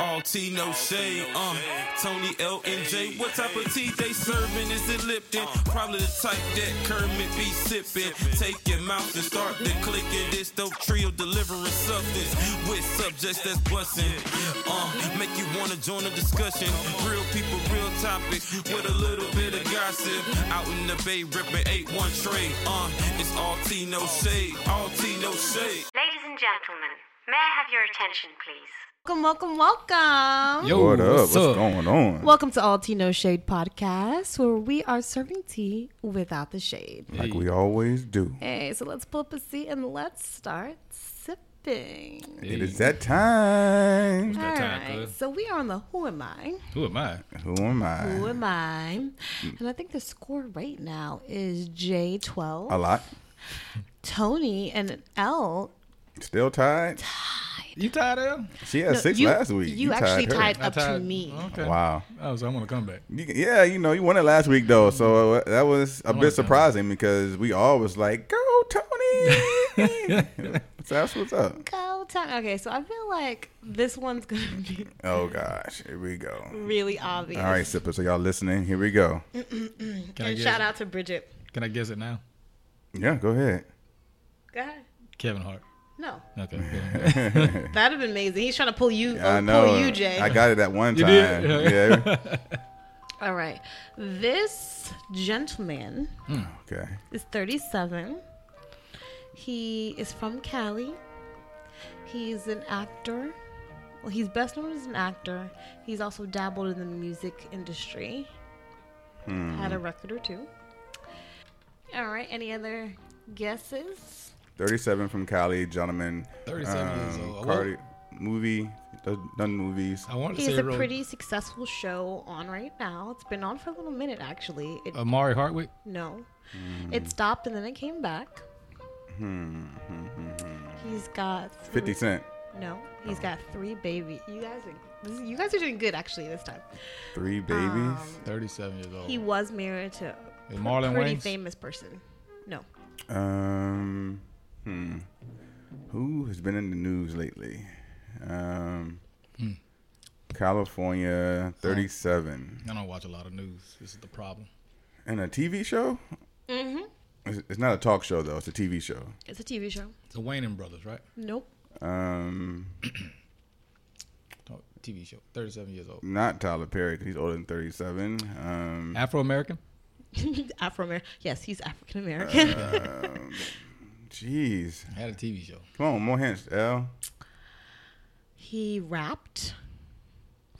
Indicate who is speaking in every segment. Speaker 1: All tea, no shade. Um, Tony L and J. What type of tea they serving? Is it Lipton? Probably the type that Kermit be sipping. Take your mouth and start to clicking. This dope trio delivering substance with subjects that's busting. Uh, make you wanna join a discussion. Real people, real topics with a little bit of gossip. Out in the bay, ripping eight one trade. Uh, it's all tea, no shade. All tea, no shade.
Speaker 2: Ladies and gentlemen, may I have your attention, please?
Speaker 3: Welcome, welcome, welcome.
Speaker 4: Yo,
Speaker 5: what up?
Speaker 4: what's
Speaker 5: What's
Speaker 4: up?
Speaker 5: going on?
Speaker 3: Welcome to All Tea No Shade podcast, where we are serving tea without the shade.
Speaker 5: like we always do.
Speaker 3: Hey, so let's pull up a seat and let's start sipping.
Speaker 5: It is that time.
Speaker 3: All
Speaker 4: that time,
Speaker 3: right,
Speaker 4: cuz.
Speaker 3: so we are on the Who Am I?
Speaker 4: Who am I?
Speaker 5: Who am I?
Speaker 3: Who Am I?
Speaker 5: Mm.
Speaker 3: And I think the score right now is J12,
Speaker 5: A lot.
Speaker 3: Tony, and L.
Speaker 5: Still tied.
Speaker 4: You tired of?
Speaker 5: She had
Speaker 3: No,
Speaker 5: six
Speaker 3: you-
Speaker 5: last week.
Speaker 3: You, actually
Speaker 5: her. Uh-huh.
Speaker 3: tied,
Speaker 4: I
Speaker 3: up to
Speaker 4: tied-
Speaker 3: me.
Speaker 4: Okay.
Speaker 5: Wow.
Speaker 4: Oh, so I'm gonna come back.
Speaker 5: You- yeah, you know, you won it last week though, so uh, that was a
Speaker 4: like
Speaker 5: bit
Speaker 4: that.
Speaker 5: surprising because we all was like, "Go, Tony!" so that's what's up.
Speaker 3: Go time. Okay, so I feel like this one's gonna be
Speaker 5: Oh gosh, here we go.
Speaker 3: really obvious.
Speaker 5: All right, sippers, so y'all listening? Here we go.
Speaker 4: Can I
Speaker 3: and
Speaker 4: guess?
Speaker 3: shout out to Bridget.
Speaker 4: Can I guess it now?
Speaker 5: Yeah, go ahead.
Speaker 3: Go ahead.
Speaker 4: Kevin Hart.
Speaker 3: No,
Speaker 4: Okay. yeah.
Speaker 5: Uh,
Speaker 3: that'd have been amazing. He's trying to pull you,
Speaker 5: I
Speaker 3: uh,
Speaker 5: know.
Speaker 3: pull you, Jay.
Speaker 5: I got it at one
Speaker 4: You
Speaker 5: time.
Speaker 4: did? Yeah.
Speaker 5: Yeah.
Speaker 3: All right, this gentleman
Speaker 5: okay.
Speaker 3: is 37. He is from Cali. He's an actor. Well, he's best known as an actor. He's also dabbled in the music industry.
Speaker 5: Hmm.
Speaker 3: Had a record or two. All right, any other guesses?
Speaker 5: 37 from Cali, gentleman.
Speaker 4: 37 years old.
Speaker 5: Cardi, movie, done- done movies.
Speaker 4: I wanted to
Speaker 3: He
Speaker 4: say
Speaker 3: has a
Speaker 4: real-
Speaker 3: pretty successful show on right now. It's been on for a little minute, actually. It,
Speaker 4: Amari Hartwick.
Speaker 3: no, it stopped and then it came back. He's got
Speaker 5: 50
Speaker 3: three,
Speaker 5: Cent,
Speaker 3: No, he's got three babies. You guys are this, you guys are doing good actually this time.
Speaker 5: three babies.
Speaker 4: 37 years old.
Speaker 3: He was married to a
Speaker 4: And Oh. Marlon
Speaker 3: pretty
Speaker 4: Wayans?
Speaker 3: famous person. No,
Speaker 5: Um, hmm. Who has been in the news lately? Um, California, 37.
Speaker 4: I don't watch a lot of news. This is the problem.
Speaker 5: And a TV show? Mm-hmm. It's not a talk show, though. It's a TV show.
Speaker 3: it's a TV show.
Speaker 4: It's the Wayne brothers, right?
Speaker 3: Nope.
Speaker 5: Um,
Speaker 4: Oh, TV show. 37 years old.
Speaker 5: not Tyler Perry, 'cause he's older than 37. Um,
Speaker 4: Afro American.
Speaker 3: Afro American. Yes, he's African American.
Speaker 5: jeez.
Speaker 4: Had a TV show.
Speaker 5: Come on, more hints, L.
Speaker 3: he rapped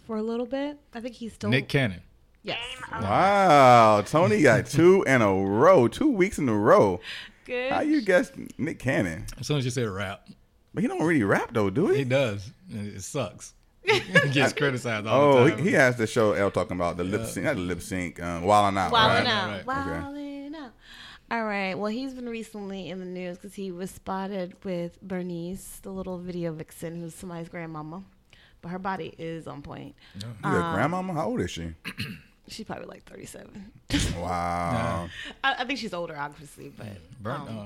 Speaker 3: for a little bit. I think he's still
Speaker 4: Nick Cannon.
Speaker 3: Yes.
Speaker 5: Wow, Tony got two in a row, two weeks in a row.
Speaker 3: Good.
Speaker 5: How you guess Nick Cannon?
Speaker 4: As soon as you say rap,
Speaker 5: But he don't really rap though, do
Speaker 4: he
Speaker 5: he?
Speaker 4: does. It it sucks. He gets criticized all
Speaker 5: Oh,
Speaker 4: the time.
Speaker 5: he, he has the show L talking about the lip sync, not the lip sync, um, Wildin'
Speaker 3: Wildin'
Speaker 5: Out. right?
Speaker 3: out.
Speaker 4: right,
Speaker 5: okay.
Speaker 3: Wildin' out. All right. Well, he's been recently in the news because he was spotted with Bernice, the little video vixen who's somebody's grandmama. But her body is on point.
Speaker 5: You
Speaker 3: Uh-huh.
Speaker 5: a grandmama? How old is she?
Speaker 3: She's probably like 37.
Speaker 5: Wow.
Speaker 3: I, I think she's older, obviously, but
Speaker 4: Burn,
Speaker 3: um,
Speaker 4: uh,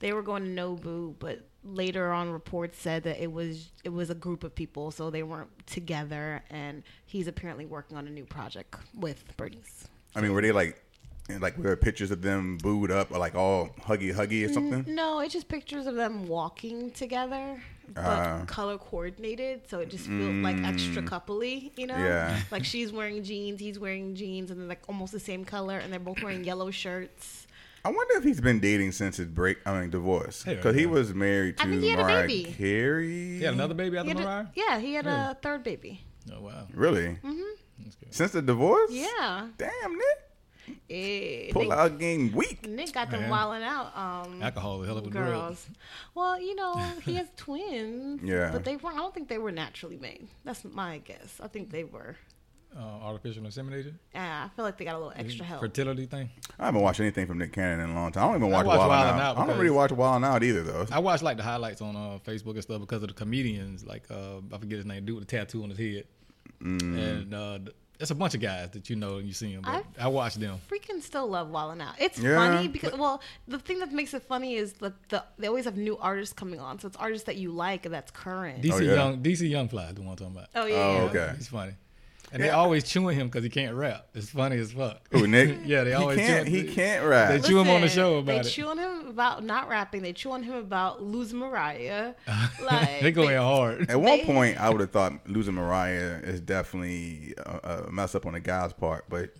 Speaker 3: they were going to Nobu, but later on reports said that it was it was a group of people, so they weren't together. And he's apparently working on a new project with Bernice.
Speaker 5: I mean, were they like, and, like, were there pictures of them booed up or like all huggy huggy or something?
Speaker 3: No, it's just pictures of them walking together, but
Speaker 5: Ah. Mm.
Speaker 3: color coordinated, so it just feels like extra coupley, you know?
Speaker 5: Yeah.
Speaker 3: Like she's wearing jeans, he's wearing jeans, and they're like almost the same color, and they're both wearing yellow shirts.
Speaker 5: I wonder if he's been dating since his break. I mean, divorce,
Speaker 4: Hey,
Speaker 5: because he
Speaker 4: yeah.
Speaker 5: was married to
Speaker 3: I think he had a
Speaker 5: Mariah
Speaker 3: baby.
Speaker 5: Carey.
Speaker 4: he had another baby
Speaker 3: He
Speaker 4: after
Speaker 3: had a-
Speaker 4: Mariah?
Speaker 3: yeah, he had
Speaker 4: Really?
Speaker 3: a third baby.
Speaker 4: Oh, wow.
Speaker 5: Really?
Speaker 4: That's good.
Speaker 5: Since the divorce?
Speaker 3: Mm-hmm. Yeah.
Speaker 5: Damn, Nick.
Speaker 3: Eh,
Speaker 5: Pull
Speaker 3: Nick,
Speaker 5: out game week.
Speaker 3: Nick got them
Speaker 4: Yeah.
Speaker 3: wilding out. Um,
Speaker 4: Alcohol is a hell of a drug.
Speaker 3: girls. Well, you know, he has twins.
Speaker 5: Yeah.
Speaker 3: But they were I don't think they were naturally made. That's my guess. I think they were.
Speaker 4: Uh, artificial insemination.
Speaker 3: Uh, I feel like they got a little extra help.
Speaker 4: Fertility thing.
Speaker 5: I haven't watched anything from Nick Cannon in a long time. I don't even watch,
Speaker 4: watch
Speaker 5: Wild 'N
Speaker 4: Wild 'N Out
Speaker 5: Out. I don't
Speaker 4: because-
Speaker 5: really watch Wild 'N Out either, though.
Speaker 4: I watch like the highlights on uh, Facebook and
Speaker 5: Mm.
Speaker 4: stuff because of the comedians. Like uh, I forget his name, dude with the tattoo on his head, and uh, th- That's a bunch of guys that you know and you see them. But
Speaker 3: I've-
Speaker 4: I watch them.
Speaker 3: freaking still love Wildin' Out. It's
Speaker 5: Yeah.
Speaker 3: funny because well, the thing that makes it funny is that the they always have new artists coming on, so it's artists that you like and that's current.
Speaker 4: DC
Speaker 5: Oh, yeah.
Speaker 4: Young, DC Young Fly, is the one I'm talking about.
Speaker 3: oh yeah,
Speaker 5: Oh,
Speaker 3: yeah.
Speaker 5: okay.
Speaker 4: He's funny. And they always chewing him because he can't rap. It's funny as fuck.
Speaker 5: Who, Nick?
Speaker 4: yeah, they always
Speaker 5: he can't,
Speaker 4: chew
Speaker 5: he
Speaker 4: him.
Speaker 5: can't rap.
Speaker 4: They chew him on the
Speaker 3: Listen,
Speaker 4: show about
Speaker 3: They
Speaker 4: it.
Speaker 3: chew on him about not rapping. They chew on him about lose Mariah. Like
Speaker 4: they go in hard.
Speaker 5: At one
Speaker 3: They-
Speaker 5: point, I would have thought losing Mariah is definitely a, a mess up on the guy's part, but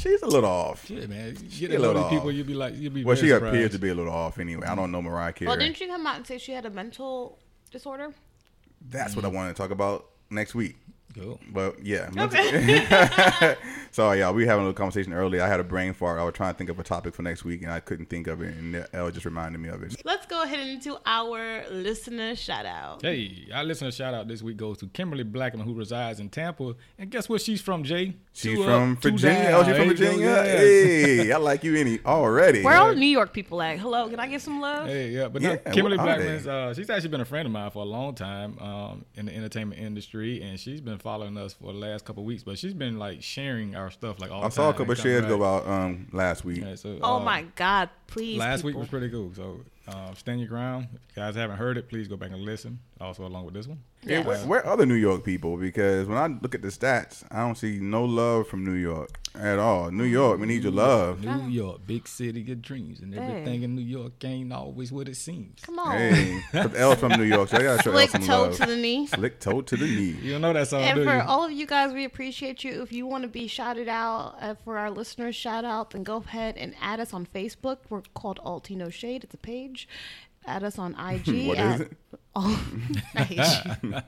Speaker 5: she's a little off.
Speaker 4: Yeah, man. You
Speaker 5: a
Speaker 4: get a lot
Speaker 5: little
Speaker 4: of people,
Speaker 5: off.
Speaker 4: you'd be like, you'd be.
Speaker 5: Well,
Speaker 4: very
Speaker 5: she appears
Speaker 4: surprised.
Speaker 5: to be a little off anyway. I don't know Mariah Carey.
Speaker 3: Well, didn't you come out and say she had a mental disorder?
Speaker 5: That's
Speaker 3: Mm-hmm.
Speaker 5: what I want to talk about next week.
Speaker 4: Cool.
Speaker 5: But yeah. Sorry, y'all. We were having a little conversation earlier. I had a brain fart. I was trying to think of a topic for next week, and I couldn't think of it. And Elle just reminded me of it.
Speaker 3: Let's go ahead and do our listener shout out.
Speaker 4: Hey, our listener shout out this week goes to Kimberly Blackman, who resides in Tampa. And guess where she's from, Jay?
Speaker 5: She's
Speaker 4: Two up,
Speaker 5: from
Speaker 4: two
Speaker 5: Virginia.
Speaker 4: down.
Speaker 5: Oh, she's
Speaker 4: There
Speaker 5: from
Speaker 4: you go,
Speaker 5: Virginia.
Speaker 4: yeah.
Speaker 5: Hey, I like you any already.
Speaker 3: Where all New York people at? Hello, can I get some love?
Speaker 4: Hey, yeah, but
Speaker 5: Yeah,
Speaker 4: no, Kimberly
Speaker 5: what are they?
Speaker 4: Blackman's uh, she's actually been a friend of mine for a long time um, in the entertainment industry, and she's been following us for the last couple of weeks. But she's been like sharing our stuff like all.
Speaker 5: I
Speaker 4: the
Speaker 5: saw a
Speaker 4: time and
Speaker 5: couple of shares
Speaker 4: coming
Speaker 5: go
Speaker 4: back.
Speaker 5: out um, last week.
Speaker 4: Yeah, so,
Speaker 3: Oh
Speaker 4: uh,
Speaker 3: my God! Please.
Speaker 4: Last week
Speaker 3: people.
Speaker 4: was pretty cool. So uh, stand your ground. If you guys haven't heard it, please go back and listen. Also along with this one.
Speaker 5: Hey, where,
Speaker 4: Uh,
Speaker 5: where are the New York people? Because when I look at the stats, I don't see no love from New York at all. New York, we need your love.
Speaker 4: Mm. New York, big city of dreams, and everything in New York ain't always what it seems.
Speaker 3: Come on.
Speaker 5: Hey, 'cause Elle's from New York, so I gotta show Elle
Speaker 3: Slick
Speaker 5: some
Speaker 3: toe
Speaker 5: love.
Speaker 3: to the knee.
Speaker 5: Slick toe to the knee.
Speaker 4: You don't know that song,
Speaker 3: And
Speaker 4: do
Speaker 3: for
Speaker 4: you?
Speaker 3: all of you guys, we appreciate you. If you want to be shouted out uh, for our listeners' shout out, then go ahead and add us on Facebook. We're called Altino Shade. It's a page. Add us on IG.
Speaker 5: What
Speaker 3: at,
Speaker 5: is it?
Speaker 3: All, I hate you.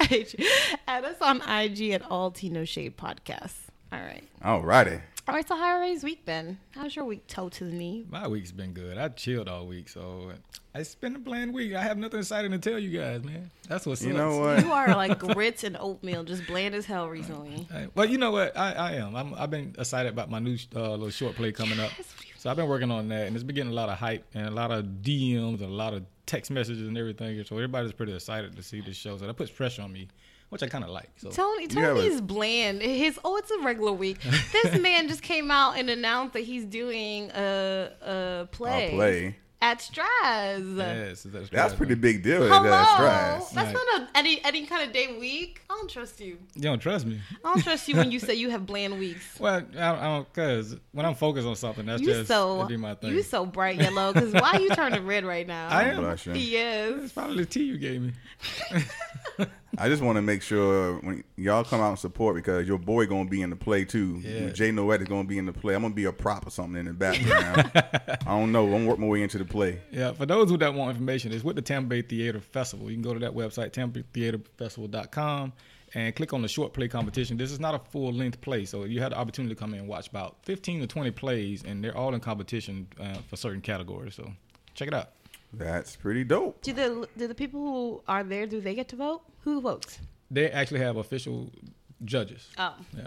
Speaker 3: I hate you. Add us on IG at Altino Shade Podcast. All right.
Speaker 5: Alrighty.
Speaker 3: All right. So how has week been? How's your week toe to the knee?
Speaker 4: My week's been good. I chilled all week, so uh, it's been a bland week. I have nothing exciting to tell you guys, man. That's what's
Speaker 5: You know what?
Speaker 3: You are like grits and oatmeal, just bland as hell recently.
Speaker 4: Hey, Well, you know what? I, I am. I'm, I've been excited about my new uh, little short play coming up. So I've been working on that, and it's been getting a lot of hype and a lot of DMs and a lot of text messages and everything. So everybody's pretty excited to see this show. So that puts pressure on me, which I kind of like. So
Speaker 3: Tony
Speaker 5: have a-
Speaker 3: Tony's bland. His oh, it's a regular week. This man just came out and announced that he's doing a a play,
Speaker 5: I'll play.
Speaker 3: at Straz.
Speaker 4: yes, that's,
Speaker 5: That's
Speaker 4: right,
Speaker 5: pretty
Speaker 4: man.
Speaker 5: big deal. that
Speaker 3: Hello,
Speaker 5: That's
Speaker 3: that's
Speaker 5: trash.
Speaker 4: Right.
Speaker 3: not a, any any kind of day week. I don't trust you.
Speaker 4: You don't trust me?
Speaker 3: I don't trust you when you say you have bland weeks.
Speaker 4: Well, I, I don't because when I'm focused on something, that's
Speaker 3: You
Speaker 4: just
Speaker 3: so
Speaker 4: that'd be my thing.
Speaker 3: you so bright yellow. Because why you turning red right now?
Speaker 4: I am.
Speaker 5: Bless you.
Speaker 3: yes.
Speaker 4: It's probably the tea you gave me.
Speaker 5: I just want to make sure when y'all come out and support because your boy gonna be in the play too.
Speaker 4: Yeah.
Speaker 5: Jay Noet is gonna be in the play. I'm gonna be a prop or something in the background. I don't know. I'm gonna work my way into the play.
Speaker 4: Yeah, for those who don't want information, it's with the Tampa Bay Theater Festival. You can go to that website, tampabaytheaterfestival.com, and click on the short play competition. This is not a full length play, so you had the opportunity to come in and watch about 15 to 20 plays, and they're all in competition uh, for certain categories. So check it out.
Speaker 5: That's pretty dope.
Speaker 3: Do the do the people who are there do they get to vote? Who votes?
Speaker 4: They actually have official judges.
Speaker 3: Oh,
Speaker 4: Yeah.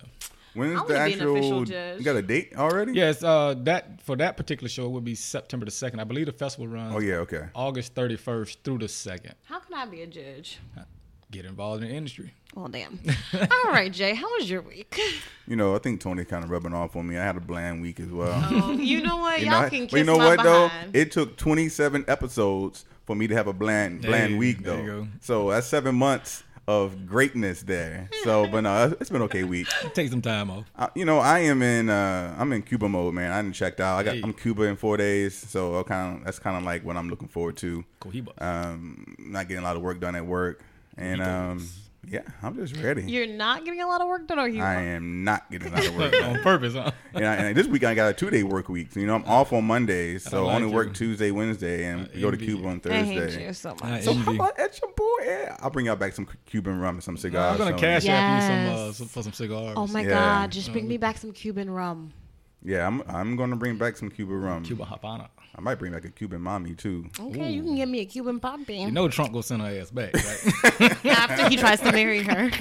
Speaker 5: When's
Speaker 3: I wanna be
Speaker 5: the
Speaker 3: an
Speaker 5: actual?
Speaker 3: official judge.
Speaker 5: You got a date already?
Speaker 4: Yes, uh, that for that particular show will be September the 2nd. I believe the festival runs
Speaker 5: Oh yeah. Okay.
Speaker 4: August 31st through the 2nd.
Speaker 3: how can I be a judge?
Speaker 4: Get involved in the industry.
Speaker 3: Well, damn. All right, Jay, how was your week?
Speaker 5: You know, I think Tony kind of rubbing off on me. I had a bland week as well.
Speaker 3: you know what?
Speaker 5: You
Speaker 3: Y'all
Speaker 5: know,
Speaker 3: Oh, can kiss
Speaker 5: but you know
Speaker 3: my
Speaker 5: what
Speaker 3: behind.
Speaker 5: though? It took 27 episodes for me to have a bland bland
Speaker 4: Hey,
Speaker 5: week
Speaker 4: there
Speaker 5: though.
Speaker 4: you go.
Speaker 5: So that's seven months of greatness there. So, but no, it's been okay week.
Speaker 4: Take some time off.
Speaker 5: I, you know, I am in uh I'm in Cuba mode, man. I didn't checked out. I got
Speaker 4: Hey.
Speaker 5: I'm Cuba in four days, so I kind of that's kind of like what I'm looking forward to.
Speaker 4: Cohiba.
Speaker 5: Um, not getting a lot of work done at work, and um, yeah, I'm just ready.
Speaker 3: You're not getting a lot of work done, or you?
Speaker 5: I am not getting a lot of work done.
Speaker 4: on purpose, huh?
Speaker 5: and, I, and this week I got a two day work week. So, you know, I'm off on Mondays, so
Speaker 4: like
Speaker 5: I only work
Speaker 4: you. Uh,
Speaker 5: Tuesday, Wednesday, and
Speaker 4: I
Speaker 5: go to
Speaker 4: envy
Speaker 5: Cuba
Speaker 4: you.
Speaker 5: on
Speaker 3: I hate
Speaker 5: Thursday.
Speaker 3: you so
Speaker 4: I
Speaker 3: much.
Speaker 5: So how
Speaker 4: envy.
Speaker 5: about at your boy? Yeah. I'll bring y'all back some Cuban rum and some cigars.
Speaker 4: I'm gonna
Speaker 5: so-
Speaker 4: cash out you some, uh,
Speaker 3: Yes.
Speaker 4: some for some cigars.
Speaker 3: oh my
Speaker 5: Yeah.
Speaker 3: god! Just bring me back some Cuban rum.
Speaker 5: Yeah, I'm I'm gonna bring back some Cuban rum.
Speaker 4: Cuba Havana.
Speaker 3: Oh.
Speaker 5: I might bring back a Cuban mommy too.
Speaker 3: Okay, you can give me a Cuban
Speaker 4: You
Speaker 3: popping
Speaker 4: know Trump gonna send her ass back. Right?
Speaker 3: after he tries to marry her.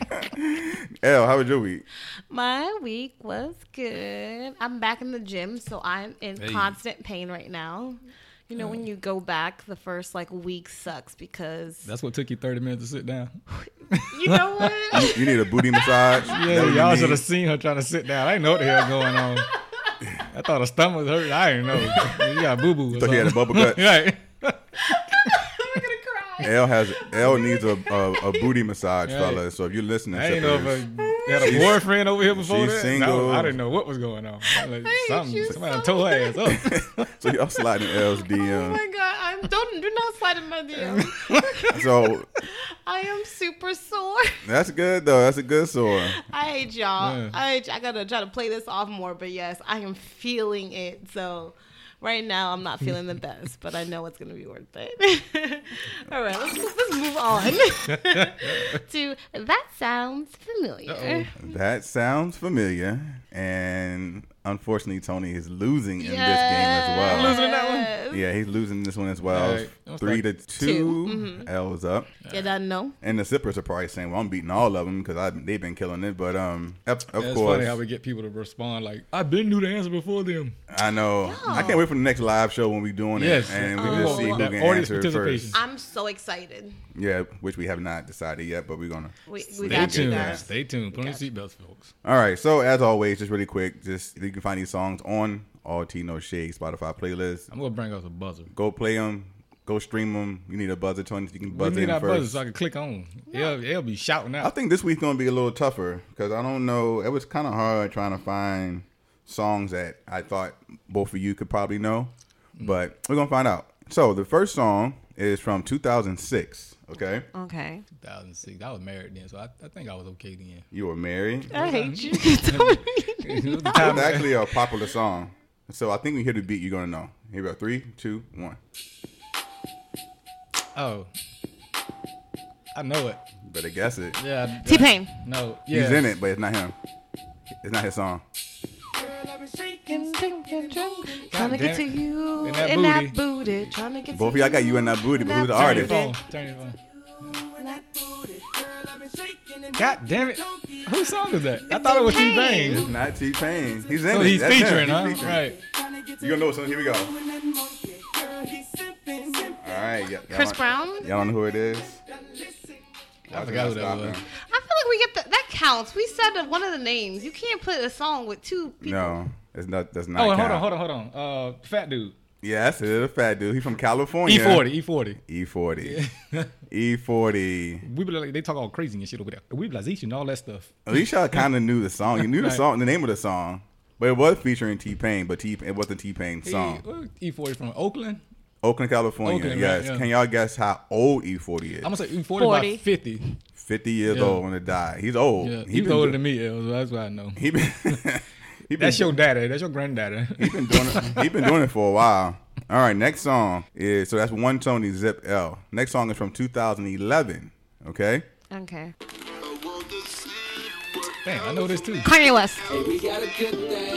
Speaker 5: L, how was your week?
Speaker 3: My week was good. I'm back in the gym, so I'm in
Speaker 4: Hey.
Speaker 3: constant pain right now. You know, when you go back, the first like week sucks because
Speaker 4: That's what took you 30 minutes to sit down.
Speaker 3: You know what?
Speaker 5: You need a booty massage.
Speaker 4: Yeah, y'all should have seen her trying to sit down. I didn't know what the hell going on. I thought her stomach was hurting. I didn't know. You got boo boo.
Speaker 5: Thought he had a bubble gut.
Speaker 4: right.
Speaker 3: I'm gonna cry.
Speaker 5: L has L needs a, a, a booty massage,
Speaker 4: Hey.
Speaker 5: fella. So if you're listening,
Speaker 4: I ain't know if
Speaker 5: shippers,
Speaker 4: I had a boyfriend over here before
Speaker 5: she's
Speaker 4: that.
Speaker 5: single.
Speaker 4: I, I didn't know what was going on. Like,
Speaker 3: hate
Speaker 4: something,
Speaker 3: you
Speaker 4: somebody
Speaker 3: so
Speaker 4: tore her ass up.
Speaker 5: so y'all sliding L's
Speaker 3: Oh
Speaker 5: DM.
Speaker 3: my god! I'm don't do not slide in my DM.
Speaker 5: so
Speaker 3: I am super sore.
Speaker 5: that's good though. That's a good sore.
Speaker 3: I hate y'all.
Speaker 4: Yeah.
Speaker 3: I hate y- I gotta try to play this off more, but yes, I am feeling it. So right now, I'm not feeling the best, but I know it's gonna be worth it. All right, let's, let's move on to that sounds familiar.
Speaker 5: Oh. That sounds familiar. And unfortunately, Tony is losing in this game as well.
Speaker 4: Losing in that one?
Speaker 5: Yeah, he's losing this one as well.
Speaker 4: All right. Looks
Speaker 5: Three
Speaker 4: like
Speaker 5: to 2 L's up.
Speaker 3: Did I know?
Speaker 5: And the zippers are probably saying, "Well, I'm beating all of them because they've been killing it." But um, of, of
Speaker 4: It's
Speaker 5: course,
Speaker 4: funny how we get people to respond like, "I've been knew the answer before them."
Speaker 5: I know. I can't wait for the next live show when we doing
Speaker 4: Yes,
Speaker 5: it, and we
Speaker 4: we
Speaker 5: just
Speaker 4: want
Speaker 5: see who
Speaker 4: that
Speaker 5: can
Speaker 4: audience
Speaker 5: answer
Speaker 4: participation.
Speaker 5: first.
Speaker 3: I'm so excited.
Speaker 5: Yeah, which we have not decided yet, but we're gonna.
Speaker 3: We, we
Speaker 5: Stay
Speaker 4: Stay
Speaker 3: got you
Speaker 4: tuned.
Speaker 3: guys.
Speaker 4: Stay tuned. Put on your
Speaker 3: Gotcha.
Speaker 4: seatbelts, folks.
Speaker 5: All right, so as always, just really quick, just you can find these songs on all T No Shade Spotify playlist.
Speaker 4: I'm gonna bring us a buzzer.
Speaker 5: Go play them. Go stream them. You need a buzzer, Tony. so You can
Speaker 4: We
Speaker 5: buzz
Speaker 4: need
Speaker 5: in
Speaker 4: our buzzer
Speaker 5: first.
Speaker 4: so I can click on. They'll, they'll be shouting
Speaker 5: I
Speaker 4: out.
Speaker 5: think this week's gonna be a little tougher because I don't know. It was kind of hard trying to find songs that I thought both of you could probably know,
Speaker 4: Mm.
Speaker 5: but we're gonna find out. So the first song is from 2006. Okay,
Speaker 3: Okay.
Speaker 4: 2006. I was married then, so I, I think I was okay then.
Speaker 5: you were married.
Speaker 3: I hate you. Tony.
Speaker 4: It was the
Speaker 5: It's
Speaker 4: time-
Speaker 5: actually a popular song, so I think when you hear the beat, you're gonna know. Here we go. Three, two, one.
Speaker 4: oh, I know it.
Speaker 5: Better guess it.
Speaker 4: Yeah.
Speaker 3: T Pain.
Speaker 4: No. Yeah.
Speaker 5: He's in it, but it's not him. It's not his song.
Speaker 3: Trying to get to
Speaker 4: damn it.
Speaker 3: you
Speaker 4: In that
Speaker 3: in that
Speaker 4: booty.
Speaker 3: booty. Trying to get
Speaker 5: Both of
Speaker 3: to
Speaker 5: y'all got you in that booty, but who's the
Speaker 4: Turn
Speaker 5: artist?
Speaker 4: your phone. Turn your phone. God damn it! Whose song is that? I thought it was T
Speaker 5: It's
Speaker 4: Pain.
Speaker 5: not T Pain. He's in
Speaker 4: So
Speaker 5: it.
Speaker 4: Oh, he's
Speaker 5: That's him.
Speaker 4: featuring,
Speaker 5: He's
Speaker 4: huh?
Speaker 5: featuring.
Speaker 4: Right.
Speaker 5: You gonna know something? Here we go. All right, yeah. y'all
Speaker 3: Chris
Speaker 5: don't-
Speaker 3: Brown?
Speaker 5: Y'all don't know who it is?
Speaker 4: I forgot who that was.
Speaker 3: I feel like we get the, that counts. We said that one of the names. You can't put a song with two people.
Speaker 5: No, it's not. That's not.
Speaker 4: Oh, hold
Speaker 5: count.
Speaker 4: on, hold on, hold on. Uh, fat dude.
Speaker 5: Yes, it is a fat dude. He's from California.
Speaker 4: E forty, E forty.
Speaker 5: E forty. E forty.
Speaker 4: We be like, they talk all crazy and shit over there. We be like, Zeech and all that stuff.
Speaker 5: At least y'all kind of knew the song. You knew the
Speaker 4: Right.
Speaker 5: song, the name of the song, but it was featuring T Pain. But T, it wasn't T Pain song.
Speaker 4: E forty from Oakland.
Speaker 5: Oakland, California.
Speaker 4: Oakland, right,
Speaker 5: yes.
Speaker 4: yeah.
Speaker 5: Can y'all guess how old E forty is?
Speaker 4: I'm gonna say E forty
Speaker 3: 40.
Speaker 4: by fifty.
Speaker 5: Fifty years
Speaker 4: Yeah.
Speaker 5: old when it died. He's old.
Speaker 4: Yeah,
Speaker 5: Oh, He
Speaker 4: he's
Speaker 5: been
Speaker 4: older
Speaker 5: do-
Speaker 4: than me. L, so that's why I know.
Speaker 5: He been. he been
Speaker 4: That's your daddy. That's your granddaddy.
Speaker 5: He been doing it. He been doing it for a while. All right, next song is so that's one Tony Zip L. Next song is from 2011. Okay,
Speaker 3: Okay.
Speaker 4: Damn, I know this too.
Speaker 3: Kanye West.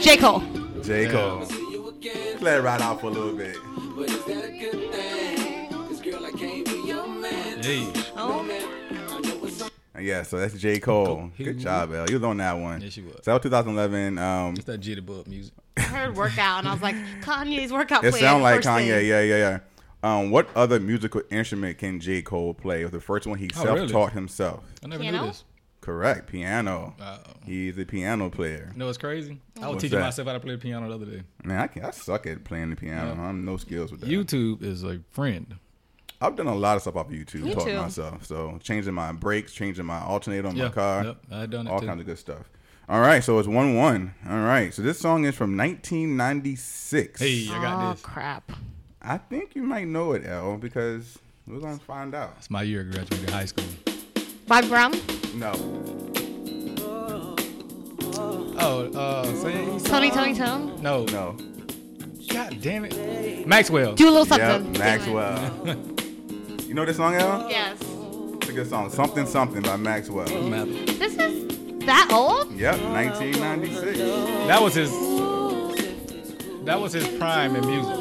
Speaker 3: J. Cole.
Speaker 5: J Cole. Play it right out for a little bit.
Speaker 4: Hey,
Speaker 5: Uh, Yeah, so that's J Cole.
Speaker 4: He-
Speaker 5: Good job, L. You was on that one.
Speaker 4: Yes, you was.
Speaker 5: So that was 2011. Um,
Speaker 4: it's that jitterbug music.
Speaker 3: I heard workout and I was like, Kanye's workout
Speaker 5: it
Speaker 3: plan.
Speaker 5: sound like
Speaker 3: first
Speaker 5: Kanye.
Speaker 3: thing.
Speaker 5: Yeah, yeah, yeah. Um, what other musical instrument can J Cole play? It was the first one he
Speaker 4: Oh, really?
Speaker 5: self-taught himself.
Speaker 4: I never
Speaker 3: Piano?
Speaker 4: knew this.
Speaker 5: Correct, piano.
Speaker 4: Uh-oh.
Speaker 5: He's a piano player.
Speaker 4: You know what's crazy? I was
Speaker 5: What's
Speaker 4: teaching
Speaker 5: that?
Speaker 4: myself how to play the piano the other day.
Speaker 5: Man, I, can, I suck at playing the piano. I'm no skills with that.
Speaker 4: YouTube is a friend.
Speaker 5: I've done a lot of stuff off of YouTube,
Speaker 3: Me
Speaker 5: taught
Speaker 3: too.
Speaker 5: myself. So changing my brakes, changing my alternator on
Speaker 4: Yeah,
Speaker 5: my car,
Speaker 4: yep, I done it
Speaker 5: all
Speaker 4: too.
Speaker 5: kinds of good stuff. All right, so it's one one. All right, so this song is from 1996.
Speaker 4: Hey, I got
Speaker 3: Oh,
Speaker 4: this.
Speaker 3: crap.
Speaker 5: I think you might know it, L, because we're gonna find out.
Speaker 4: It's my year of graduating high school.
Speaker 3: Bob Brown.
Speaker 5: No,
Speaker 4: Oh, uh, say,
Speaker 3: Tony, Tony, Tone.
Speaker 4: no, no.
Speaker 5: no.
Speaker 4: God damn it. Maxwell.
Speaker 3: Do a little
Speaker 5: Yep,
Speaker 3: something.
Speaker 5: Maxwell. you know this song, L?
Speaker 3: Yes.
Speaker 5: It's a good song. Something Something by Maxwell.
Speaker 4: That
Speaker 3: This is that old?
Speaker 5: Yep, 1996.
Speaker 4: was his. That was his prime in music.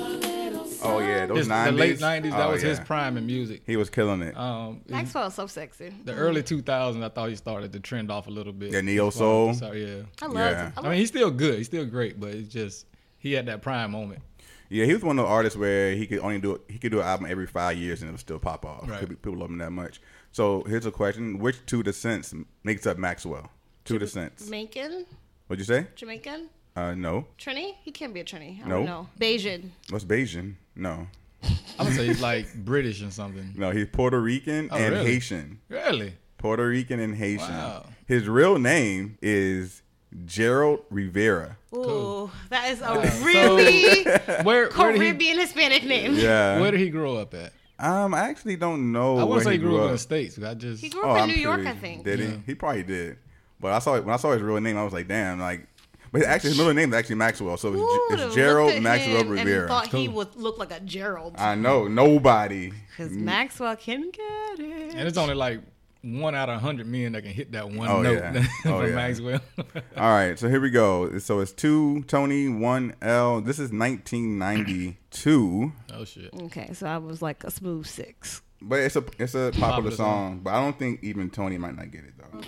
Speaker 5: Oh yeah, those
Speaker 4: His, the
Speaker 5: 90s.
Speaker 4: late '90s. That
Speaker 5: Oh,
Speaker 4: was his
Speaker 5: yeah.
Speaker 4: prime in music.
Speaker 5: He was killing it.
Speaker 4: Um,
Speaker 3: Maxwell's so sexy.
Speaker 4: the early 2000s, I thought he started to trend off a little bit.
Speaker 5: Yeah, neo soul.
Speaker 4: So, yeah.
Speaker 3: I love
Speaker 5: Yeah.
Speaker 3: I,
Speaker 4: I
Speaker 3: love
Speaker 4: mean, he's still good. He's still great, but it's just he had that prime moment.
Speaker 5: Yeah, he was one of the artists where he could only do he could do an album every five years and it would still pop off.
Speaker 4: Right.
Speaker 5: Could be- People love him that much. So here's a question: Which two descents makes up Maxwell? Two descents.
Speaker 3: Jamaican?
Speaker 5: What'd you say?
Speaker 3: Jamaican?
Speaker 5: Uh, no.
Speaker 3: Trini? He can't be a Trini. I
Speaker 5: No.
Speaker 3: don't know. Bayesian.
Speaker 5: What's Bayesian? No.
Speaker 4: I'm gonna say he's like British or something.
Speaker 5: No, he's Puerto Rican
Speaker 4: Oh,
Speaker 5: and
Speaker 4: really?
Speaker 5: Haitian.
Speaker 4: Really?
Speaker 5: Puerto Rican and Haitian.
Speaker 4: Wow.
Speaker 5: His real name is Gerald Rivera.
Speaker 3: Ooh,
Speaker 4: Cool.
Speaker 3: that is a
Speaker 4: Okay.
Speaker 3: really
Speaker 4: Where where did, he,
Speaker 3: Caribbean Hispanic name.
Speaker 5: Yeah.
Speaker 4: where did he grow up at?
Speaker 5: um, I actually don't know.
Speaker 4: I want
Speaker 5: Oh, where
Speaker 4: to say he grew, up in the
Speaker 5: up.
Speaker 4: states. but I just
Speaker 3: He grew up in
Speaker 5: Oh, I'm
Speaker 3: New York,
Speaker 5: sure
Speaker 3: I
Speaker 5: he-
Speaker 3: think.
Speaker 5: Did
Speaker 4: Yeah.
Speaker 5: he? He probably did. But I saw it when I saw his real name, I was like, damn, like. But actually, his middle name is actually Maxwell, so it's,
Speaker 3: Ooh,
Speaker 5: Ge-
Speaker 3: looked
Speaker 5: it's Gerald
Speaker 3: at
Speaker 5: Maxwell
Speaker 3: him
Speaker 5: Rivera.
Speaker 3: And thought he
Speaker 4: Cool.
Speaker 3: would look like a Gerald.
Speaker 5: I know nobody.
Speaker 3: Because Maxwell can get it.
Speaker 4: and it's only like one out of a hundred men that can hit that one
Speaker 5: Oh,
Speaker 4: note
Speaker 5: yeah.
Speaker 4: from
Speaker 5: Oh, yeah. Uh,
Speaker 4: Maxwell.
Speaker 5: All right, so here we go. So it's two Tony, one L. This is 1992,
Speaker 4: oh shit.
Speaker 3: okay, so I was like a smooth six.
Speaker 5: but it's a it's a
Speaker 4: Popular
Speaker 5: popular, song. But I don't think even Tony might not get it though.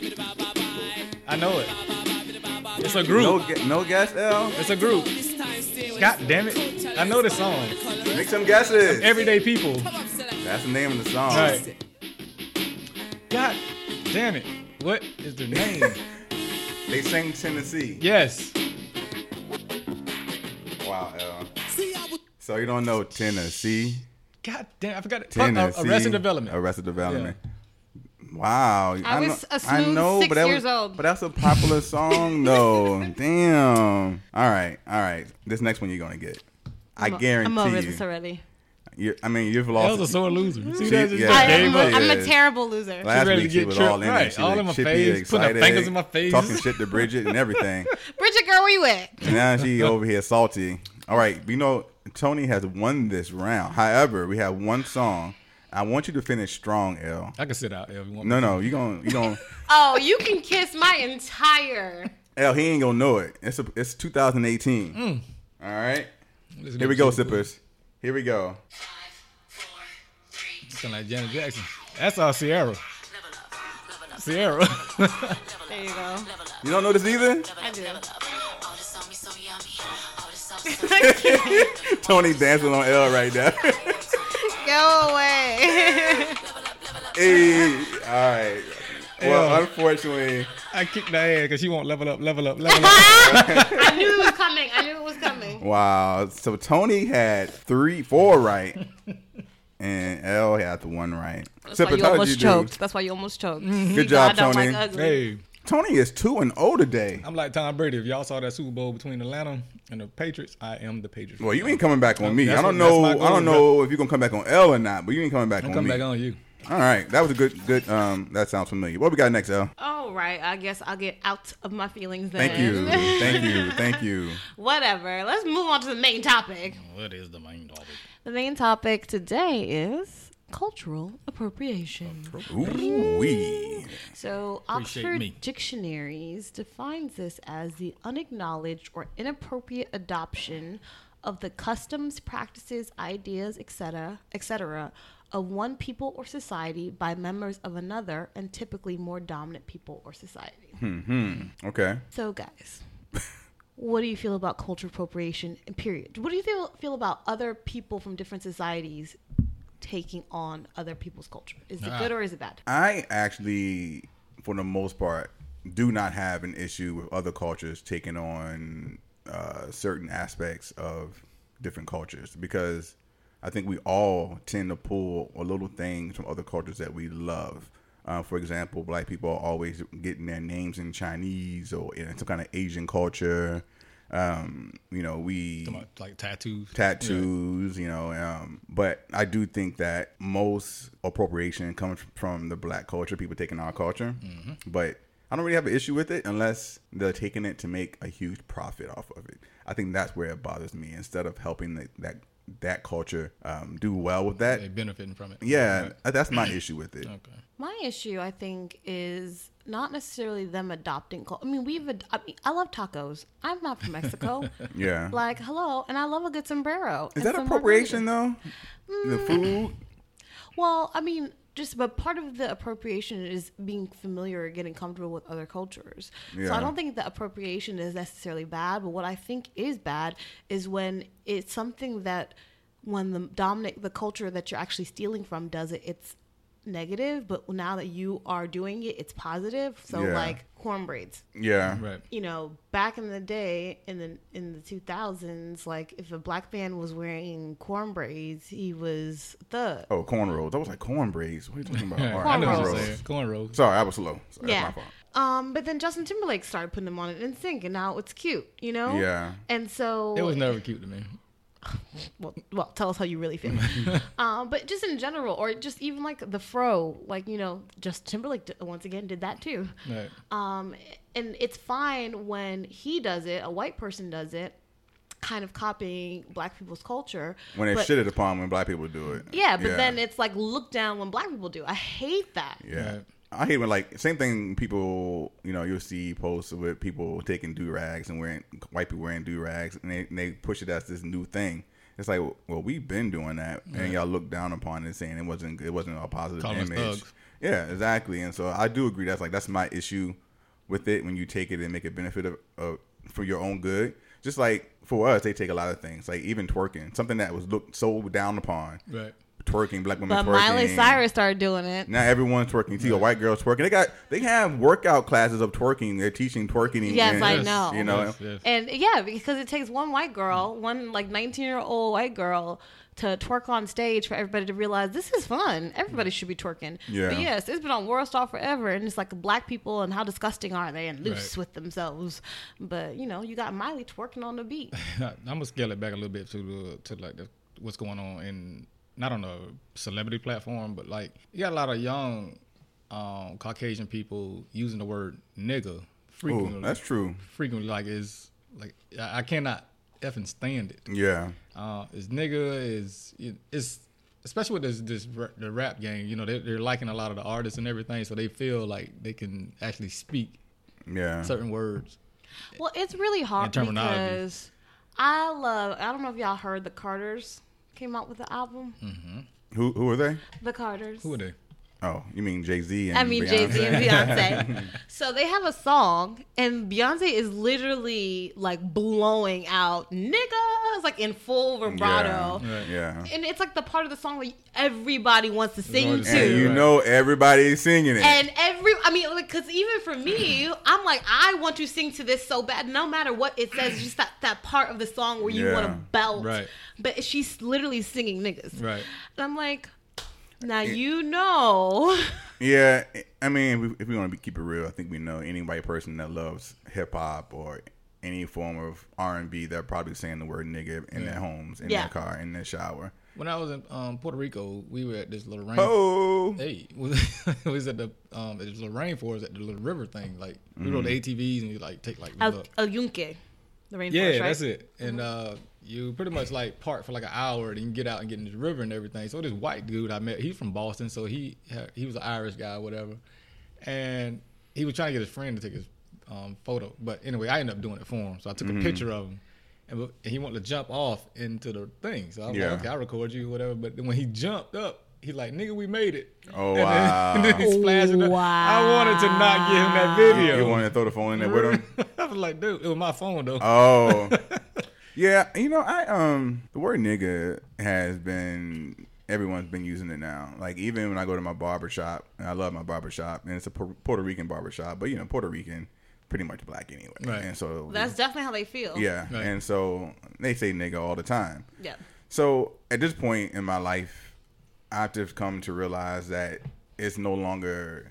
Speaker 4: I know it. It's a group.
Speaker 5: No, gu- no guess L.
Speaker 4: It's a group. God damn it. I know this song.
Speaker 5: Make some guesses.
Speaker 4: Everyday people.
Speaker 5: That's the name of the song.
Speaker 4: All right. God damn it. What is their name?
Speaker 5: They sing Tennessee.
Speaker 4: yes.
Speaker 5: Wow, L. So you don't know Tennessee.
Speaker 4: God damn, I forgot it. Fuck, uh,
Speaker 5: Tennessee.
Speaker 4: Arrested Development.
Speaker 5: Arrested Development. Wow. I,
Speaker 3: was a
Speaker 5: I
Speaker 3: smooth
Speaker 5: know,
Speaker 3: six
Speaker 5: but that
Speaker 3: years
Speaker 5: was-
Speaker 3: old.
Speaker 5: But that's a popular song, though. Damn. All right. All right. This next one you're going to get. I guarantee
Speaker 3: I'm over
Speaker 5: you.
Speaker 3: this already.
Speaker 5: You're- I mean, you've
Speaker 4: That was a
Speaker 5: lost.
Speaker 4: sore loser. See,
Speaker 5: She-
Speaker 4: that just
Speaker 5: yeah.
Speaker 3: I
Speaker 5: Dave
Speaker 3: am
Speaker 4: gave
Speaker 3: a,
Speaker 4: up.
Speaker 5: Buck.
Speaker 3: I'm a terrible loser.
Speaker 5: Last
Speaker 4: ready
Speaker 5: week
Speaker 4: to
Speaker 5: she
Speaker 4: get
Speaker 5: was
Speaker 4: tripped,
Speaker 5: all in it.
Speaker 4: right,
Speaker 5: She
Speaker 4: all
Speaker 5: was
Speaker 4: in my
Speaker 5: chippy,
Speaker 4: face, putting her
Speaker 5: excited,
Speaker 4: fingers in my face.
Speaker 5: talking shit to Bridget and everything.
Speaker 3: Bridget, girl, where you at?
Speaker 5: And now she over here salty. All right, you know Tony has won this round. However, we have one song. I want you to finish strong, L.
Speaker 4: I can sit out if you want.
Speaker 5: No, no, you gonna you gonna
Speaker 3: Oh, you can kiss my entire.
Speaker 5: L. He ain't gonna know it. It's a, it's 2018.
Speaker 4: Mm.
Speaker 5: All right,
Speaker 4: Listen to
Speaker 5: here we go,
Speaker 4: Chick-
Speaker 5: sippers. Here we go.
Speaker 4: Sound like Janet Jackson. That's our Sierra. Sierra.
Speaker 3: There you go.
Speaker 5: You don't know this either,
Speaker 3: I do.
Speaker 5: Tony dancing on L right now.
Speaker 3: Go away.
Speaker 5: hey, all right. Well,
Speaker 4: L.
Speaker 5: unfortunately,
Speaker 4: I kicked her ass because she won't level up, level up, level up.
Speaker 3: I knew it was coming. I knew it was coming.
Speaker 5: wow. So Tony had three, four right, and L had the one right.
Speaker 3: That's why
Speaker 5: Sippers,
Speaker 3: you
Speaker 5: how did
Speaker 3: almost
Speaker 5: do?
Speaker 3: choked. That's why you almost choked.
Speaker 5: Good job,
Speaker 3: I don't
Speaker 5: Tony.
Speaker 3: like ugly.
Speaker 4: hey,
Speaker 5: Tony is two and oh today.
Speaker 4: I'm like Tom Brady. If y'all saw that Super Bowl between Atlanta and the Patriots, I am the Patriots.
Speaker 5: Well, you ain't coming back on me.
Speaker 4: That's
Speaker 5: I don't
Speaker 4: what- that's
Speaker 5: know.
Speaker 4: my
Speaker 5: I
Speaker 4: goal,
Speaker 5: don't know if you're gonna come back on L or not, but you ain't coming back
Speaker 4: I'm
Speaker 5: on
Speaker 4: coming
Speaker 5: me.
Speaker 4: back on you.
Speaker 5: All right, that was a good, good. Um, that sounds familiar. What we got next, L?
Speaker 3: All right, I guess I'll get out of my feelings then.
Speaker 5: Thank you, thank you, thank you.
Speaker 3: Whatever. Let's move on to the main topic.
Speaker 4: What is the main topic?
Speaker 3: The main topic today is cultural appropriation.
Speaker 5: Ooh wee.
Speaker 3: So,
Speaker 4: Appreciate
Speaker 3: Oxford
Speaker 4: me.
Speaker 3: Dictionaries defines this as the unacknowledged or inappropriate adoption of the customs, practices, ideas, etc., etc., of one people or society by members of another and typically more dominant people or society.
Speaker 5: Okay.
Speaker 3: So, guys, what do you feel about cultural appropriation? and Period. What do you feel feel about other people from different societies taking on other people's culture? Is it
Speaker 5: Ah.
Speaker 3: good or is it bad?
Speaker 5: I actually, for the most part, do not have an issue with other cultures taking on uh, certain aspects of different cultures because I think we all tend to pull a little things from other cultures that we love. Uh, for example, black people are always getting their names in Chinese or in some kind of Asian culture. Um, you know, we
Speaker 4: Like tattoos.
Speaker 5: tattoos, you know. Um, but I do think that most appropriation comes from the black culture, people taking our culture.
Speaker 4: Mm-hmm.
Speaker 5: But I don't really have an issue with it unless they're taking it to make a huge profit off of it. I think that's where it bothers me. Instead of helping the, that that culture um, do well with that,
Speaker 4: They benefiting from it.
Speaker 5: yeah, uh, that's my issue with it.
Speaker 3: My issue, I think, is not necessarily them adopting. Cul- I mean, we've. Ad- I mean, I love tacos. I'm not from Mexico.
Speaker 5: Yeah,
Speaker 3: like, hello, and I love a good sombrero.
Speaker 5: is that appropriation though?
Speaker 3: Mm.
Speaker 5: The food.
Speaker 3: Well, I mean, just but part of the appropriation is being familiar or getting comfortable with other cultures. So
Speaker 5: Yeah.
Speaker 3: I don't think the appropriation is necessarily bad, but what I think is bad is when it's something that when the dominant the culture that you're actually stealing from does it, it's negative. But now that you are doing it, it's positive. So
Speaker 5: Yeah.
Speaker 3: like corn braids
Speaker 5: Yeah.
Speaker 4: Right.
Speaker 3: you know, back in the day, in the in the two thousands, like if a black man was wearing corn braids, he was a thug.
Speaker 5: Oh, cornrows. I was like corn braids. What are you talking about?
Speaker 4: Yeah,
Speaker 5: All
Speaker 4: I
Speaker 5: right,
Speaker 4: know what you're
Speaker 5: cornrows.
Speaker 4: saying. Cornrows.
Speaker 5: Sorry, I was slow. Sorry,
Speaker 3: yeah.
Speaker 5: That's my fault.
Speaker 3: Um, but then Justin Timberlake started putting them on it in sync, and now it's cute, you know.
Speaker 5: Yeah.
Speaker 3: And so
Speaker 4: It was never cute to me.
Speaker 3: well, well, tell us how you really feel. um, but just in general, or just even like the fro, like you know, Justin Timberlake d- once again did that too.
Speaker 4: Right.
Speaker 3: Um, and it's fine when he does it, a white person does it, kind of copying black people's culture.
Speaker 5: When they
Speaker 3: but,
Speaker 5: shitted upon when black people do it.
Speaker 3: Yeah, but then it's like looked down when black people do. I hate that.
Speaker 5: Yeah.
Speaker 4: Right.
Speaker 5: I hate when like same thing people you know you'll see posts with people taking do rags and wearing white people wearing do rags and they, and they push it as this new thing. It's like well we've been doing that and y'all look down upon it saying it wasn't it wasn't a positive
Speaker 4: Calling us
Speaker 5: image.
Speaker 4: thugs.
Speaker 5: Yeah, exactly. And so I do agree that's like that's my issue with it when you take it and make it benefit of, of for your own good. Just like for us, they take a lot of things like even twerking, something that was looked so down upon.
Speaker 4: Right.
Speaker 5: Twerking, black women
Speaker 3: But
Speaker 5: twerking.
Speaker 3: Miley Cyrus started doing it.
Speaker 5: Now everyone's twerking. See a white girl twerking. They got they have workout classes of twerking. They're teaching twerking.
Speaker 3: Yes,
Speaker 5: and-
Speaker 3: I know.
Speaker 5: You know,
Speaker 4: Yes, yes.
Speaker 3: And yeah, because it takes one white girl, one like 19 year old white girl to twerk on stage for everybody to realize this is fun. Everybody should be twerking.
Speaker 5: Yeah.
Speaker 3: But yes, it's been on World Star forever. And it's like black people and how disgusting are they and loose
Speaker 4: Right.
Speaker 3: with themselves. But you know, you got Miley twerking on the beat.
Speaker 4: Now, I'm gonna scale it back a little bit to the, to like the, what's going on in not on a celebrity platform, but like you got a lot of young um, Caucasian people using the word nigga frequently.
Speaker 5: Ooh, that's true.
Speaker 4: Frequently, like is like I, I cannot effing stand it.
Speaker 5: Yeah,
Speaker 4: Uh, is nigga is it's especially with this this ra- the rap game. You know they, they're liking a lot of the artists and everything, so they feel like they can actually speak
Speaker 5: yeah.
Speaker 4: certain words.
Speaker 3: Well, it's really hard
Speaker 4: And terminology.
Speaker 3: because I love. I don't know if y'all heard the Carters came out with the album.
Speaker 5: who who are they?
Speaker 3: The Carters.
Speaker 4: Hmm. Who are they?
Speaker 5: Oh, you mean Jay Z?
Speaker 3: I mean Jay Z and Beyonce. so they have a song, and Beyonce is literally like blowing out niggas like in full vibrato.
Speaker 5: Yeah.
Speaker 4: Right.
Speaker 5: yeah.
Speaker 3: And it's like the part of the song where everybody wants to sing
Speaker 4: already
Speaker 3: to.
Speaker 5: And you
Speaker 4: Right.
Speaker 5: know everybody's singing it.
Speaker 3: And every, I mean, because even for me, I'm like, I want to sing to this so bad, no matter what it says. Just that that part of the song where you
Speaker 5: Yeah.
Speaker 3: want to belt,
Speaker 4: Right.
Speaker 3: But she's literally singing niggas,
Speaker 4: Right.
Speaker 3: And I'm like, now you know,
Speaker 5: yeah, I mean, if we, if we want to be, keep it real, I think we know any white person that loves hip hop or any form of R and B, they're probably saying the word nigga in their homes, in
Speaker 3: Yeah.
Speaker 5: their car, in their shower.
Speaker 4: When I was in um, Puerto Rico, we were at this little rain.
Speaker 5: Oh,
Speaker 4: Hey, we was at the um, at this little rainforest at the little river thing. Like we rode the ATVs and you like take like
Speaker 3: El,
Speaker 4: look.
Speaker 3: El Yunque, the rainforest,
Speaker 4: Yeah,
Speaker 3: right?
Speaker 4: that's it. And uh, you pretty much like park for like an hour, then you get out and get in this river and everything. So this white dude I met, he's from Boston, so he ha- he was an Irish guy, or whatever. And he was trying to get his friend to take his um, photo, but anyway, I ended up doing it for him. So I
Speaker 5: Mm-hmm.
Speaker 4: took a picture of him, and, but- and he wanted to jump off into the thing. So I was
Speaker 5: Yeah.
Speaker 4: like, okay, I'll record you, whatever. But then when he jumped up. He like nigga, we made it.
Speaker 5: Oh,
Speaker 4: and then, And then he splashed it up. I wanted to not give him that video.
Speaker 5: you want to throw the phone in there with him?
Speaker 4: I was like, dude, it was my phone though.
Speaker 5: Oh, yeah. You know, I um, the word nigga has been everyone's been using it now. Like even when I go to my barber shop, and I love my barber shop, and it's a Pu- Puerto Rican barber shop, but you know, Puerto Rican, pretty much black anyway,
Speaker 4: Right.
Speaker 5: and so
Speaker 3: That's definitely how they feel.
Speaker 5: yeah,
Speaker 4: Right.
Speaker 5: and so they say nigga all the time.
Speaker 3: yeah.
Speaker 5: So at this point in my life, I've just come to realize that it's no longer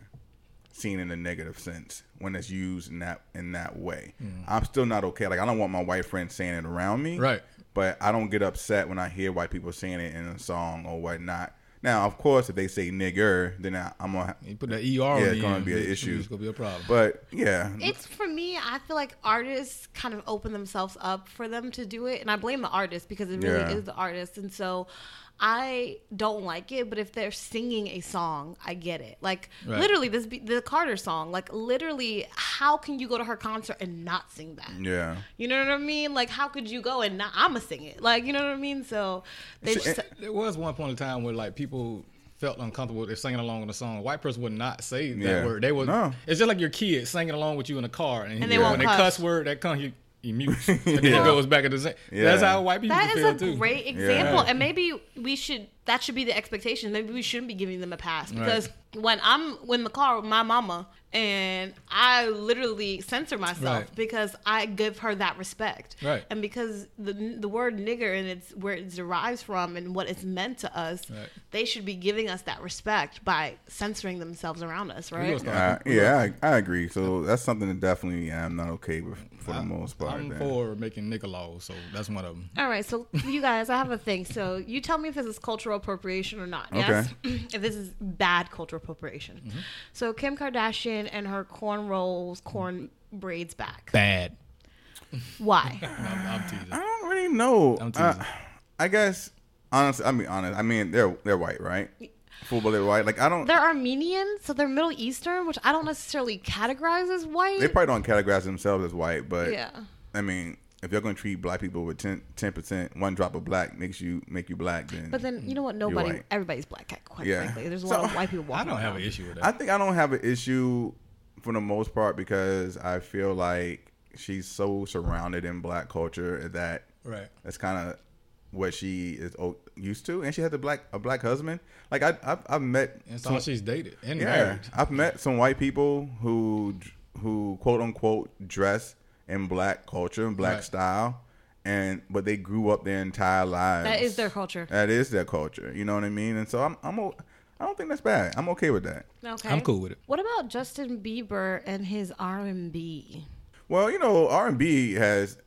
Speaker 5: seen in a negative sense when it's used in that in that way. I'm still not okay. Like I don't want my white friends saying it around me.
Speaker 4: Mm. Right.
Speaker 5: But I don't get upset when I hear white people saying it in a song or whatnot. Now, of course, if they say nigger, then I, I'm gonna.
Speaker 4: You put that ER on
Speaker 5: Yeah, it's
Speaker 4: the
Speaker 5: gonna
Speaker 4: end,
Speaker 5: be an
Speaker 4: it's-
Speaker 5: issue.
Speaker 4: It's gonna be a problem.
Speaker 5: But yeah,
Speaker 3: It's for me, I feel like artists kind of open themselves up for them to do it. And I blame the artist because it really
Speaker 5: Yeah.
Speaker 3: is the artist. And so I don't like it, but if they're singing a song, I get it. Like
Speaker 4: Right.
Speaker 3: literally this be- the Carter song, like literally how can you go to her concert and not sing that?
Speaker 5: yeah.
Speaker 3: You know what I mean? Like how could you go and not I'ma sing it? Like you know what I mean? So they just
Speaker 4: there was one point in time where like people felt uncomfortable if singing along in a song. A white person would not say that
Speaker 5: Yeah.
Speaker 4: word. They would.
Speaker 5: No.
Speaker 4: It's just like your kid singing along with you in a car, and,
Speaker 3: And they
Speaker 4: you know,
Speaker 3: won't
Speaker 4: when
Speaker 3: cuss.
Speaker 4: they cuss word that comes you. he mutes, and then he goes back at the same. That's
Speaker 5: Yeah.
Speaker 4: how white people
Speaker 3: That is
Speaker 4: feel
Speaker 3: a
Speaker 4: too.
Speaker 3: great example,
Speaker 4: Yeah.
Speaker 3: and maybe we should. That should be the expectation. Maybe we shouldn't be giving them a pass because when I'm when the car with my mama and I literally censor myself
Speaker 4: Right.
Speaker 3: because I give her that respect,
Speaker 4: Right.
Speaker 3: And because the the word nigger and it's where it derives from and what it's meant to us,
Speaker 4: Right.
Speaker 3: they should be giving us that respect by censoring themselves around us,
Speaker 4: We gonna
Speaker 3: right?
Speaker 4: start-
Speaker 5: Uh, yeah, I, I agree. So that's something that definitely I'm not okay with for the most part.
Speaker 4: I'm
Speaker 5: then.
Speaker 4: for making nigga laws, so that's one of them.
Speaker 3: All right, so you guys, I have a thing. So you tell me if this is cultural appropriation or not. Yes. if this is bad cultural appropriation.
Speaker 5: Mm-hmm.
Speaker 3: So Kim Kardashian and her corn rolls, corn braids back.
Speaker 4: Bad.
Speaker 3: Why?
Speaker 4: I'm, I'm teasing.
Speaker 5: I don't really know.
Speaker 4: I'm
Speaker 5: Uh,
Speaker 4: teasing.
Speaker 5: I guess honestly, I mean honest. I mean they're they're white, right? Football, they're white. Like I don't.
Speaker 3: They're Armenian, so they're Middle Eastern, which I don't necessarily categorize as white.
Speaker 5: They probably don't categorize themselves as white, but
Speaker 3: Yeah.
Speaker 5: I mean, if you're gonna treat black people with 10 percent, one drop of black makes you make you black. Then,
Speaker 3: but then you know what? Nobody,
Speaker 5: white.
Speaker 3: everybody's black. Quite
Speaker 5: Yeah.
Speaker 3: frankly, there's a
Speaker 5: So-
Speaker 3: lot of white people
Speaker 4: I
Speaker 3: walking.
Speaker 4: don't have
Speaker 3: around.
Speaker 4: an issue with that.
Speaker 5: I think I don't have an issue for the most part because I feel like she's so surrounded in black culture that
Speaker 4: Right.
Speaker 5: that's kind of what she is o- used to, and she has a black a black husband. Like I I've, I've met
Speaker 4: And so she's dated and
Speaker 5: Yeah,
Speaker 4: married.
Speaker 5: I've met some white people who who quote unquote dress in black culture and black
Speaker 4: Right.
Speaker 5: style, and but they grew up their entire lives.
Speaker 3: That is their culture.
Speaker 5: That is their culture. You know what I mean? And so I'm I'm o- I don't think that's bad. I'm okay with that.
Speaker 3: Okay.
Speaker 4: I'm cool with it.
Speaker 3: What about Justin Bieber and his R and B?
Speaker 5: Well, you know, R and B has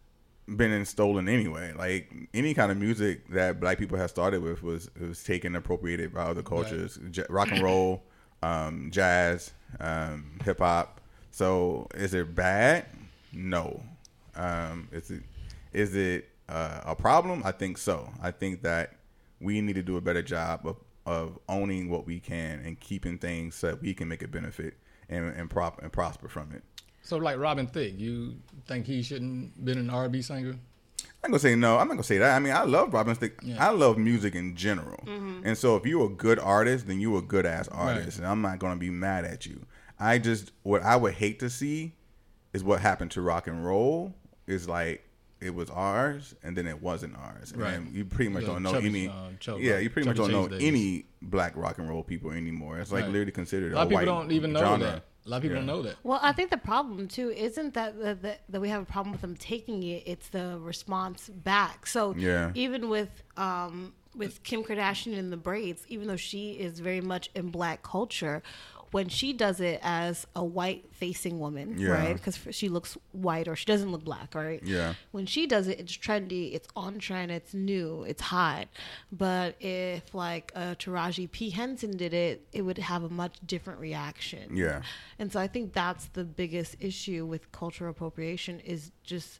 Speaker 5: been in stolen anyway. Like any kind of music that black people have started with was was taken and appropriated by other cultures, J- rock and roll, um, jazz, um, hip hop. So is it bad? No. Um, is it is it uh, a problem? I think so. I think that we need to do a better job of, of owning what we can and keeping things so that we can make a benefit and, and prop and prosper from it.
Speaker 4: So like Robin Thicke, you think he shouldn't been an R&B singer?
Speaker 5: I'm not gonna say no. I'm not gonna say that. I mean, I love Robin Thicke.
Speaker 4: Yeah.
Speaker 5: I love music in general. And so, if you're a good artist, then you're a good ass artist, and I'm not gonna be mad at you. I just what I would hate to see is what happened to rock and roll. Is like it was ours, and then it wasn't ours. And
Speaker 4: Right.
Speaker 5: then you pretty much
Speaker 4: The
Speaker 5: don't know
Speaker 4: Chubby-
Speaker 5: any.
Speaker 4: uh, Chubby-
Speaker 5: yeah, you pretty much
Speaker 4: Chubby
Speaker 5: don't know
Speaker 4: Cheese days.
Speaker 5: any black rock and roll people anymore. It's like
Speaker 4: Right.
Speaker 5: literally considered
Speaker 4: A lot of people
Speaker 5: white
Speaker 4: don't even know
Speaker 5: genre.
Speaker 4: that. A lot of people don't
Speaker 5: Yeah.
Speaker 4: know that.
Speaker 3: Well, I think the problem too isn't that that, that that we have a problem with them taking it; it's the response back. So
Speaker 5: Yeah.
Speaker 3: even with um with Kim Kardashian in the braids, even though she is very much in black culture, when she does it as a white facing woman,
Speaker 5: Yeah.
Speaker 3: right? Because she looks white or she doesn't look black, right?
Speaker 5: Yeah.
Speaker 3: When she does it, it's trendy, it's on trend, it's new, it's hot. But if like uh, Taraji P Henson did it, it would have a much different reaction.
Speaker 5: Yeah.
Speaker 3: And so I think that's the biggest issue with cultural appropriation is just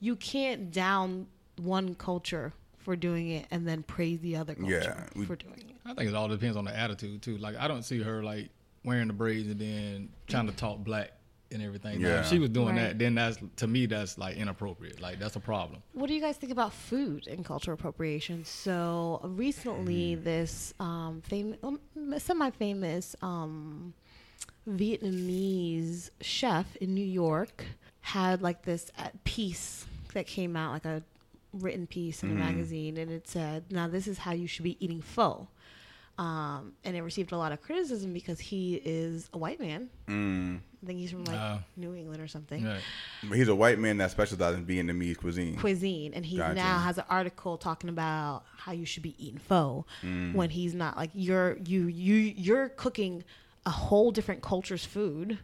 Speaker 3: you can't down one culture for doing it and then praise the other culture
Speaker 5: Yeah, we-
Speaker 3: for doing it.
Speaker 4: I think it all depends on the attitude too. Like I don't see her like wearing the braids and then trying to talk black and everything. Now,
Speaker 5: Yeah.
Speaker 4: if she was doing
Speaker 3: Right.
Speaker 4: that, then that's to me that's like inappropriate. Like that's a problem.
Speaker 3: What do you guys think about food and cultural appropriation? So recently, this um, famous, um, semi-famous um, Vietnamese chef in New York had like this uh, piece that came out, like a written piece in a magazine, and it said, "Now this is how you should be eating pho." Um, and it received a lot of criticism because he is a white man. I think he's from like
Speaker 4: Ah.
Speaker 3: New England or something
Speaker 4: Right.
Speaker 5: But he's a white man that specializes in Vietnamese cuisine.
Speaker 3: cuisine and he
Speaker 5: Gotcha.
Speaker 3: now has an article talking about how you should be eating pho
Speaker 5: Mm.
Speaker 3: when he's not like you're you you you're cooking a whole different culture's food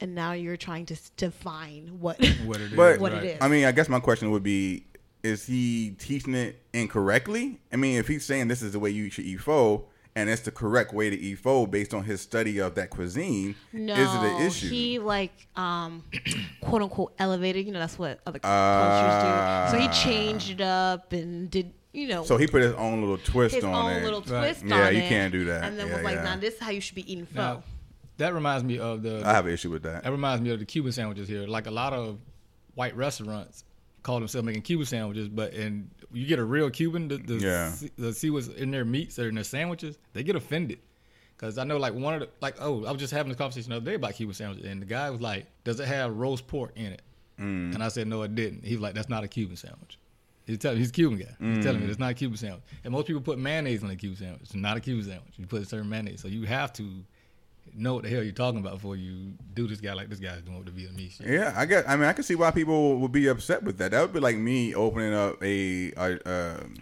Speaker 3: and now you're trying to s- define what
Speaker 4: What it is.
Speaker 5: But
Speaker 3: What it
Speaker 4: right.
Speaker 3: is.
Speaker 5: I mean, I guess my question would be: Is he teaching it incorrectly? I mean, if he's saying this is the way you should eat pho, and it's the correct way to eat pho based on his study of that cuisine,
Speaker 3: no
Speaker 5: is it an issue?
Speaker 3: he like um quote unquote elevated you know that's what other cultures do so he changed it up and did you know
Speaker 5: Ah. so he put his own little twist
Speaker 3: his
Speaker 5: on
Speaker 3: own
Speaker 5: it.
Speaker 3: little twist on
Speaker 5: Yeah, you
Speaker 3: it,
Speaker 5: can't do that.
Speaker 3: and then
Speaker 5: Yeah,
Speaker 3: was like
Speaker 5: yeah.
Speaker 3: now this is how you should be eating pho
Speaker 4: Now, that reminds me of the
Speaker 5: I have an issue with that.
Speaker 4: That reminds me of the Cuban sandwiches here. Like a lot of white restaurants call themselves making Cuban sandwiches, but and you get a real Cuban to, to,
Speaker 5: Yeah.
Speaker 4: see, to see what's in their meats or in their sandwiches, they get offended. Cause I know like one of the like oh I was just having this conversation the other day about Cuban sandwiches and the guy was like, does it have roast pork in it? And I said, no, it didn't. He was like, that's not a Cuban sandwich. He's telling he's a Cuban guy. He's telling
Speaker 5: Mm.
Speaker 4: me it's not a Cuban sandwich. And most people put mayonnaise on a Cuban sandwich. It's not a Cuban sandwich. You put a certain mayonnaise. So you have to know what the hell you're talking about before you do this guy like this guy's doing with the Vietnamese shit.
Speaker 5: Yeah, I guess. I mean, I can see why people would be upset with that. That would be like me opening up a a, um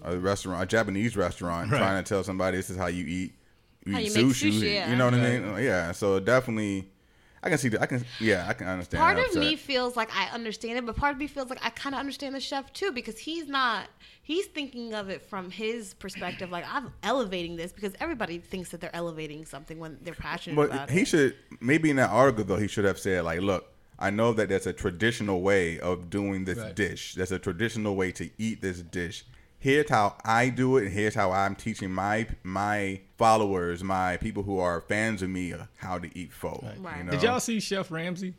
Speaker 5: a restaurant, a Japanese restaurant, trying to tell somebody this is how you eat. You
Speaker 3: How
Speaker 5: eat
Speaker 3: you make
Speaker 5: sushi.
Speaker 3: sushi, yeah.
Speaker 5: You know what I
Speaker 4: Right.
Speaker 5: mean? Yeah. So definitely, I can see that. I can. Yeah, I can understand.
Speaker 3: Part
Speaker 5: that
Speaker 3: of me
Speaker 5: upset.
Speaker 3: feels like I understand it, but part of me feels like I kind of understand the chef too because he's not. He's thinking of it from his perspective, like I'm elevating this because everybody thinks that they're elevating something when they're passionate
Speaker 5: But
Speaker 3: about
Speaker 5: he
Speaker 3: it.
Speaker 5: should maybe in that article though he should have said like, look, I know that that's a traditional way of doing this
Speaker 4: Right.
Speaker 5: dish. That's a traditional way to eat this dish. Here's how I do it, and here's how I'm teaching my my followers, my people who are fans of me, uh, how to eat pho.
Speaker 3: Right.
Speaker 5: You know?
Speaker 4: Did y'all see Chef Ramsey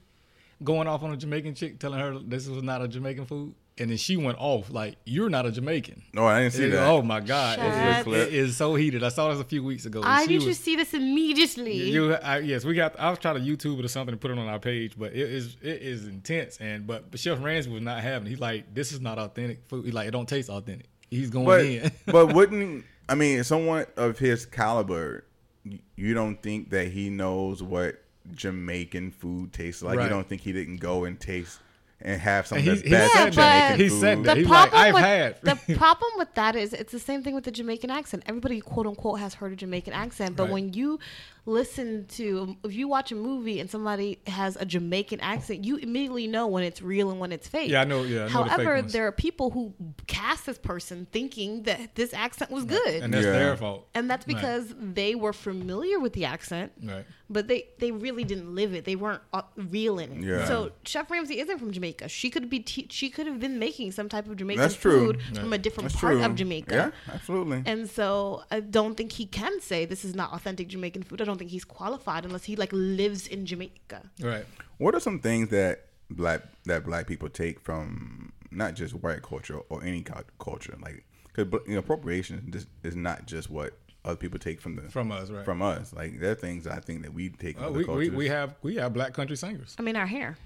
Speaker 4: going off on a Jamaican chick, telling her this was not a Jamaican food, and then she went off like, "You're not a Jamaican."
Speaker 5: No, I didn't see
Speaker 4: It-
Speaker 5: that.
Speaker 4: Oh my god,
Speaker 3: Shut
Speaker 4: It-
Speaker 5: up.
Speaker 4: it it is so heated. I saw this a few weeks ago. and
Speaker 3: I
Speaker 4: she
Speaker 3: need to
Speaker 4: was-
Speaker 3: see this immediately.
Speaker 4: You, I, yes, we got. I was trying to YouTube it or something and put it on our page, but it is it is intense. And but, but Chef Ramsey was not having. it. He's like, this is not authentic food. He like, it don't taste authentic. He's going
Speaker 5: but
Speaker 4: in.
Speaker 5: but wouldn't I mean someone of his caliber? y- You don't think that he knows what Jamaican food tastes like?
Speaker 4: Right.
Speaker 5: You don't think he didn't go and taste and have some of
Speaker 4: He-
Speaker 5: that's
Speaker 4: he
Speaker 5: best
Speaker 3: said
Speaker 5: Jamaican
Speaker 3: that.
Speaker 5: food?
Speaker 4: He said that.
Speaker 3: the
Speaker 4: He's like,
Speaker 3: problem
Speaker 4: "I've
Speaker 3: with,
Speaker 4: had."
Speaker 3: the problem with that is it's the same thing with the Jamaican accent. Everybody quote unquote has heard a Jamaican accent, but
Speaker 4: Right.
Speaker 3: when you listen to if you watch a movie and somebody has a Jamaican accent, you immediately know when it's real and when it's fake.
Speaker 4: Yeah, I know- yeah, I know the fake
Speaker 3: However,
Speaker 4: ones.
Speaker 3: there are people who cast this person thinking that this accent was good.
Speaker 4: and that's
Speaker 5: Yeah.
Speaker 4: their fault.
Speaker 3: And that's
Speaker 4: Right.
Speaker 3: because they were familiar with the accent,
Speaker 4: Right.
Speaker 3: but they, they really didn't live it. They weren't uh, real in it.
Speaker 5: Yeah.
Speaker 3: So Chef Ramsey isn't from Jamaica. She could be te- she could have been making some type of Jamaican
Speaker 5: That's true.
Speaker 3: food from a different part of Jamaica.
Speaker 5: Yeah, absolutely.
Speaker 3: And so I don't think he can say this is not authentic Jamaican food. I don't think he's qualified unless he like lives in Jamaica.
Speaker 4: Right.
Speaker 5: what are some things that black that black people take from not just white culture or any cul- culture? Like, because you know, appropriation is- is not just what other people take from the
Speaker 4: From us, right.
Speaker 5: from us. Like, there are things I think that we take from
Speaker 4: Oh,
Speaker 5: other
Speaker 4: we, we,
Speaker 5: cultures.
Speaker 4: we have we have black country singers.
Speaker 3: I mean our hair.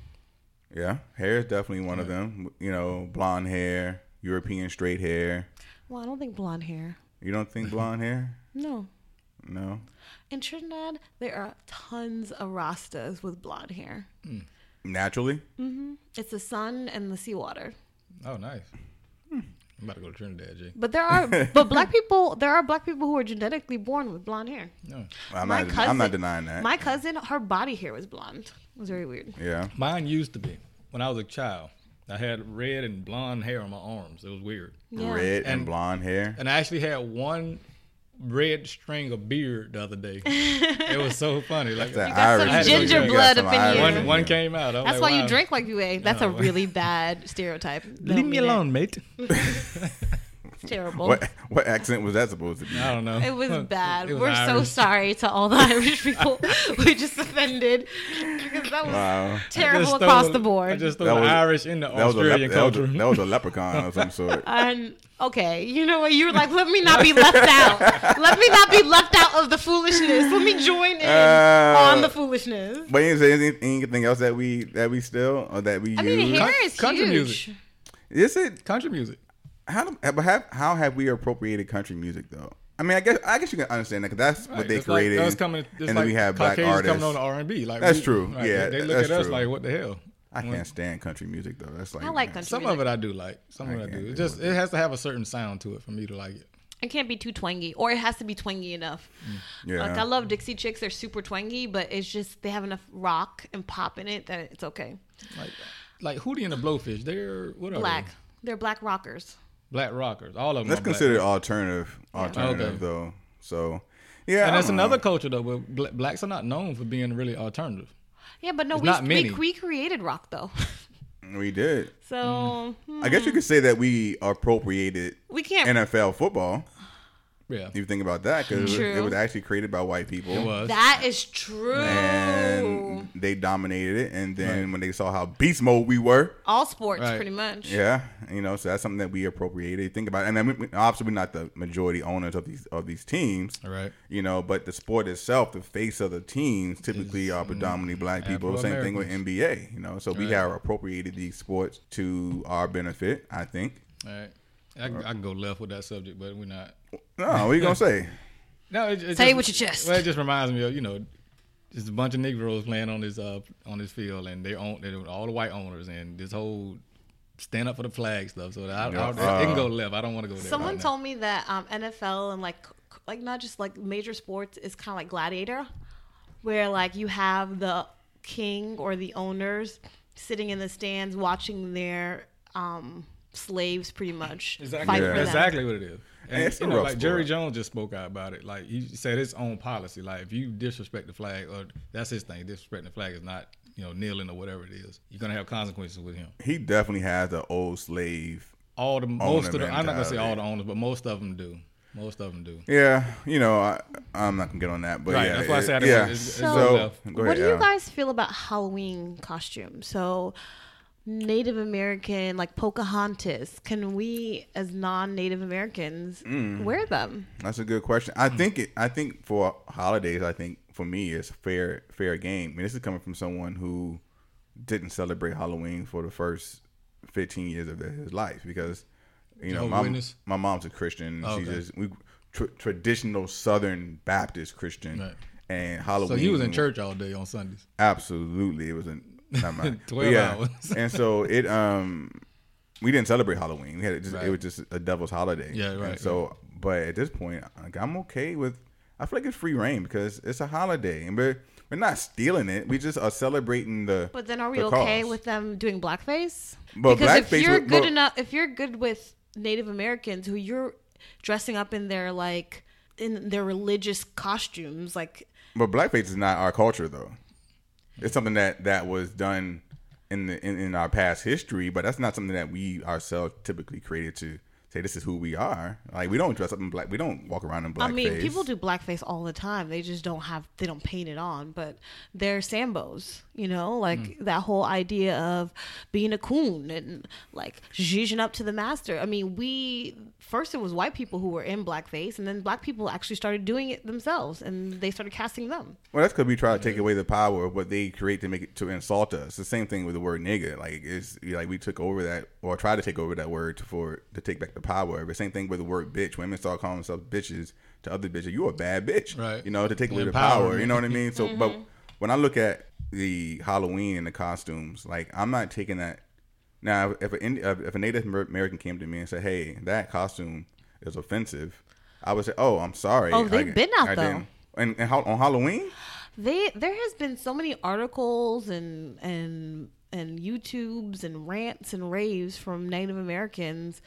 Speaker 5: yeah, hair is definitely one of them. You know, blonde hair, European straight hair.
Speaker 3: Well, I don't think blonde hair.
Speaker 5: You don't think blonde hair?
Speaker 3: No.
Speaker 5: No.
Speaker 3: In Trinidad, there are tons of Rastas with blonde hair.
Speaker 5: Naturally,
Speaker 3: It's the sun and the seawater.
Speaker 4: Oh, nice. I'm about to go to Trinidad, Jay.
Speaker 3: But there are but black people there are black people who are genetically born with blonde hair.
Speaker 4: No.
Speaker 5: I'm not. I'm not denying that.
Speaker 3: My cousin, her body hair was blonde. It was very weird.
Speaker 5: yeah.
Speaker 4: Mine used to be when I was a child. I had red and blonde hair on my arms. It was weird.
Speaker 3: Yeah.
Speaker 5: Red and
Speaker 4: And-
Speaker 5: blonde hair.
Speaker 4: And I actually had one red string of beard the other day. it was so funny. Like
Speaker 5: That
Speaker 3: got some
Speaker 5: Irish dude.
Speaker 4: ginger
Speaker 5: You got
Speaker 3: blood
Speaker 5: some
Speaker 3: up in
Speaker 5: Irish
Speaker 3: you.
Speaker 4: one
Speaker 5: dude.
Speaker 4: one came out. I'm
Speaker 3: That's
Speaker 4: like,
Speaker 3: why
Speaker 4: wow.
Speaker 3: you drink like you ate. That's a really bad stereotype.
Speaker 4: Leave me alone, mate.
Speaker 3: It's terrible.
Speaker 5: What what accent was that supposed to be?
Speaker 4: I don't know.
Speaker 3: It was bad.
Speaker 4: It was
Speaker 3: We're so
Speaker 4: Irish.
Speaker 3: sorry to all the Irish people. we just offended because that was
Speaker 5: Wow.
Speaker 4: I just
Speaker 3: terrible
Speaker 4: stole
Speaker 3: across
Speaker 4: the-
Speaker 3: the board.
Speaker 4: I just throw
Speaker 5: That
Speaker 4: the
Speaker 5: was-
Speaker 4: Irish in the
Speaker 5: Uh, That was, a lep-
Speaker 4: Australian
Speaker 5: that, was
Speaker 4: culture.
Speaker 5: a, that was a leprechaun of some sort.
Speaker 3: And okay, you know what? You were like, let me not be left out. Let me not be left out of the foolishness. Let me join in
Speaker 5: Uh,
Speaker 3: on the foolishness.
Speaker 5: But is there anything, anything else that we that we still or that we
Speaker 3: I mean,
Speaker 5: use?
Speaker 3: hair
Speaker 4: Con-
Speaker 3: is
Speaker 4: country
Speaker 3: huge.
Speaker 4: music.
Speaker 5: is it
Speaker 4: Country music.
Speaker 5: how do- but have, how have we appropriated country music though? I mean, I guess I guess you can understand that 'cause that's what
Speaker 4: Right,
Speaker 5: they
Speaker 4: it's like-
Speaker 5: created,
Speaker 4: that was coming, it's
Speaker 5: and then
Speaker 4: like
Speaker 5: we have black
Speaker 4: Caucasians
Speaker 5: artists.
Speaker 4: coming on R and B. Like
Speaker 5: That's
Speaker 4: we-
Speaker 5: true.
Speaker 4: right,
Speaker 5: Yeah,
Speaker 4: they, they look
Speaker 5: that's
Speaker 4: at us
Speaker 5: true.
Speaker 4: like, what the hell?
Speaker 5: I can't stand country music though. That's like
Speaker 3: I like country
Speaker 4: Some
Speaker 3: music.
Speaker 4: of it I do like. Some of it I
Speaker 5: can't
Speaker 4: do.
Speaker 5: do
Speaker 4: It just
Speaker 5: it.
Speaker 4: it has to have a certain sound to it for me to like it.
Speaker 3: It can't be too twangy, or it has to be twangy enough.
Speaker 5: Yeah.
Speaker 3: Like I love Dixie Chicks; they're super twangy, but it's just they have enough rock and pop in it that it's okay.
Speaker 4: Like like Hootie and the Blowfish. They're what are
Speaker 3: Black,
Speaker 4: they?
Speaker 3: they're black rockers.
Speaker 4: Black rockers. All of them.
Speaker 5: That's
Speaker 4: are black.
Speaker 5: considered alternative, alternative
Speaker 4: Okay.
Speaker 5: though. So yeah, um, I
Speaker 4: And that's
Speaker 5: don't
Speaker 4: another
Speaker 5: know.
Speaker 4: culture though, but bla- blacks are not known for being really alternative.
Speaker 3: Yeah, but no,
Speaker 4: There's
Speaker 3: we,
Speaker 4: not many.
Speaker 3: we we created rock though,
Speaker 5: We did.
Speaker 3: so hmm,
Speaker 4: Mm.
Speaker 5: I guess you could say that we appropriated
Speaker 3: we can't.
Speaker 5: NFL football.
Speaker 4: Yeah.
Speaker 5: If you think about that, because it,
Speaker 3: True.
Speaker 5: was actually created by white people.
Speaker 4: It was.
Speaker 3: That is true. Oh.
Speaker 5: And they dominated it. And then when they saw how beast mode we were,
Speaker 3: All sports,
Speaker 4: Right.
Speaker 3: pretty much.
Speaker 5: yeah, you know, so that's something that we appropriated. Think about, it. and I mean, we- obviously we're not the majority owners of these of these teams,
Speaker 4: All right.
Speaker 5: You know, but the sport itself, the face of the teams, typically are predominantly
Speaker 4: mm,
Speaker 5: black people. Same thing with NBA. You know, so we have appropriated these sports to our benefit. I think.
Speaker 4: All right. I, can- I can go left with that subject, but we're not.
Speaker 5: No, what you gonna say?
Speaker 4: No, it, it
Speaker 3: Say
Speaker 4: just,
Speaker 3: it with your chest.
Speaker 4: Well, it just reminds me of you know, just a bunch of Negroes playing on this uh on this field, and they own they were all the white owners, and this whole stand up for the flag stuff. So I, I, it can go left. I don't want to go there.
Speaker 3: Someone
Speaker 4: right
Speaker 3: told me that um, NFL and like c- like not just like major sports is kind of like gladiator, where like you have the king or the owners sitting in the stands watching their um, slaves pretty much
Speaker 4: Exactly.
Speaker 3: fight
Speaker 5: Yeah.
Speaker 3: for them.
Speaker 4: Exactly what it is. And
Speaker 5: it's a
Speaker 4: you know,
Speaker 5: rough
Speaker 4: like Jerry
Speaker 5: sport.
Speaker 4: Jones just spoke out about it. Like he said his own policy. Like if you disrespect the flag, or that's his thing. Disrespecting the flag is not you know kneeling or whatever it is. You're gonna have consequences with him.
Speaker 5: He definitely has the old slave.
Speaker 4: All the most of the I'm not gonna say
Speaker 5: mentality.
Speaker 4: all the owners, but most of them do. Most of them do.
Speaker 5: Yeah, you know, I, I'm not gonna get on that, but
Speaker 4: Right,
Speaker 5: yeah,
Speaker 4: that's why I
Speaker 5: it-
Speaker 4: said it
Speaker 5: yeah.
Speaker 4: was- it's- it's
Speaker 5: so,
Speaker 4: left.
Speaker 5: go
Speaker 3: what
Speaker 5: ahead,
Speaker 3: do you
Speaker 5: Al.
Speaker 3: guys feel about Halloween costumes? So, Native American, like Pocahontas, can we as non-Native Americans wear them?
Speaker 5: That's a good question. I
Speaker 4: Hmm.
Speaker 5: think it. I think for holidays, I think for me, it's fair fair game. I mean, this is coming from someone who didn't celebrate Halloween for the first 15 years of his life because you know
Speaker 4: Jehovah's
Speaker 5: my,
Speaker 4: Witness?
Speaker 5: my mom's a Christian.
Speaker 4: Oh,
Speaker 5: She's
Speaker 4: okay.
Speaker 5: just we tr- traditional Southern Baptist Christian.
Speaker 4: Right.
Speaker 5: And Halloween.
Speaker 4: So he was in church all day on Sundays.
Speaker 5: Absolutely, it was an not mine. But
Speaker 4: 12
Speaker 5: yeah.
Speaker 4: hours.
Speaker 5: and so it um we didn't celebrate Halloween. We had it just it
Speaker 4: Right.
Speaker 5: was just a devil's holiday.
Speaker 4: Yeah,
Speaker 5: And
Speaker 4: right,
Speaker 5: so, but at this point, like, I'm okay with. I feel like it's free reign because it's a holiday, and we're we're not stealing it. We just are celebrating the.
Speaker 3: But then, are we
Speaker 5: the
Speaker 3: okay
Speaker 5: cause.
Speaker 3: with them doing blackface?
Speaker 5: But
Speaker 3: because
Speaker 5: blackface
Speaker 3: if you're
Speaker 5: would-
Speaker 3: good
Speaker 5: but-
Speaker 3: enough, if you're good with Native Americans who you're dressing up in their like in their religious costumes, like
Speaker 5: But blackface is not our culture, though. It's something that that was done in the in, in our past history, but that's not something that we ourselves typically created to say this is who we are. Like we don't dress up in black. We don't walk around in blackface.
Speaker 3: I mean, people do blackface all the time. They just don't have they don't paint it on, but they're sambos, you know, like
Speaker 5: Hmm.
Speaker 3: that whole idea of being a coon and like zhuzhing up to the master. I mean, we first it was white people who were in blackface, and then black people actually started doing it themselves, and they started casting them.
Speaker 5: Well, that's because we try to take away the power of what they create to make it to insult us. The same thing with the word nigga. Like it's like we took over that or tried to take over that word to, for to take back the power. The same thing with the word bitch. Women start calling themselves bitches to other bitches. You a bad bitch,
Speaker 4: Right.
Speaker 5: You know to take away the
Speaker 4: Empowerment.
Speaker 5: power. You know what I mean?
Speaker 3: Mm-hmm.
Speaker 5: So, but when I look at the Halloween and the costumes, like I'm not taking that. Now, if a Indi- if a Native Amer- American came to me and said, "Hey, that costume is offensive," I would say, "Oh, I'm sorry."
Speaker 3: Oh, they've
Speaker 5: Like,
Speaker 3: been out,
Speaker 5: I
Speaker 3: though.
Speaker 5: didn't- And, and how, on Halloween,
Speaker 3: They there has been so many articles and and and YouTubes and rants and raves from Native Americans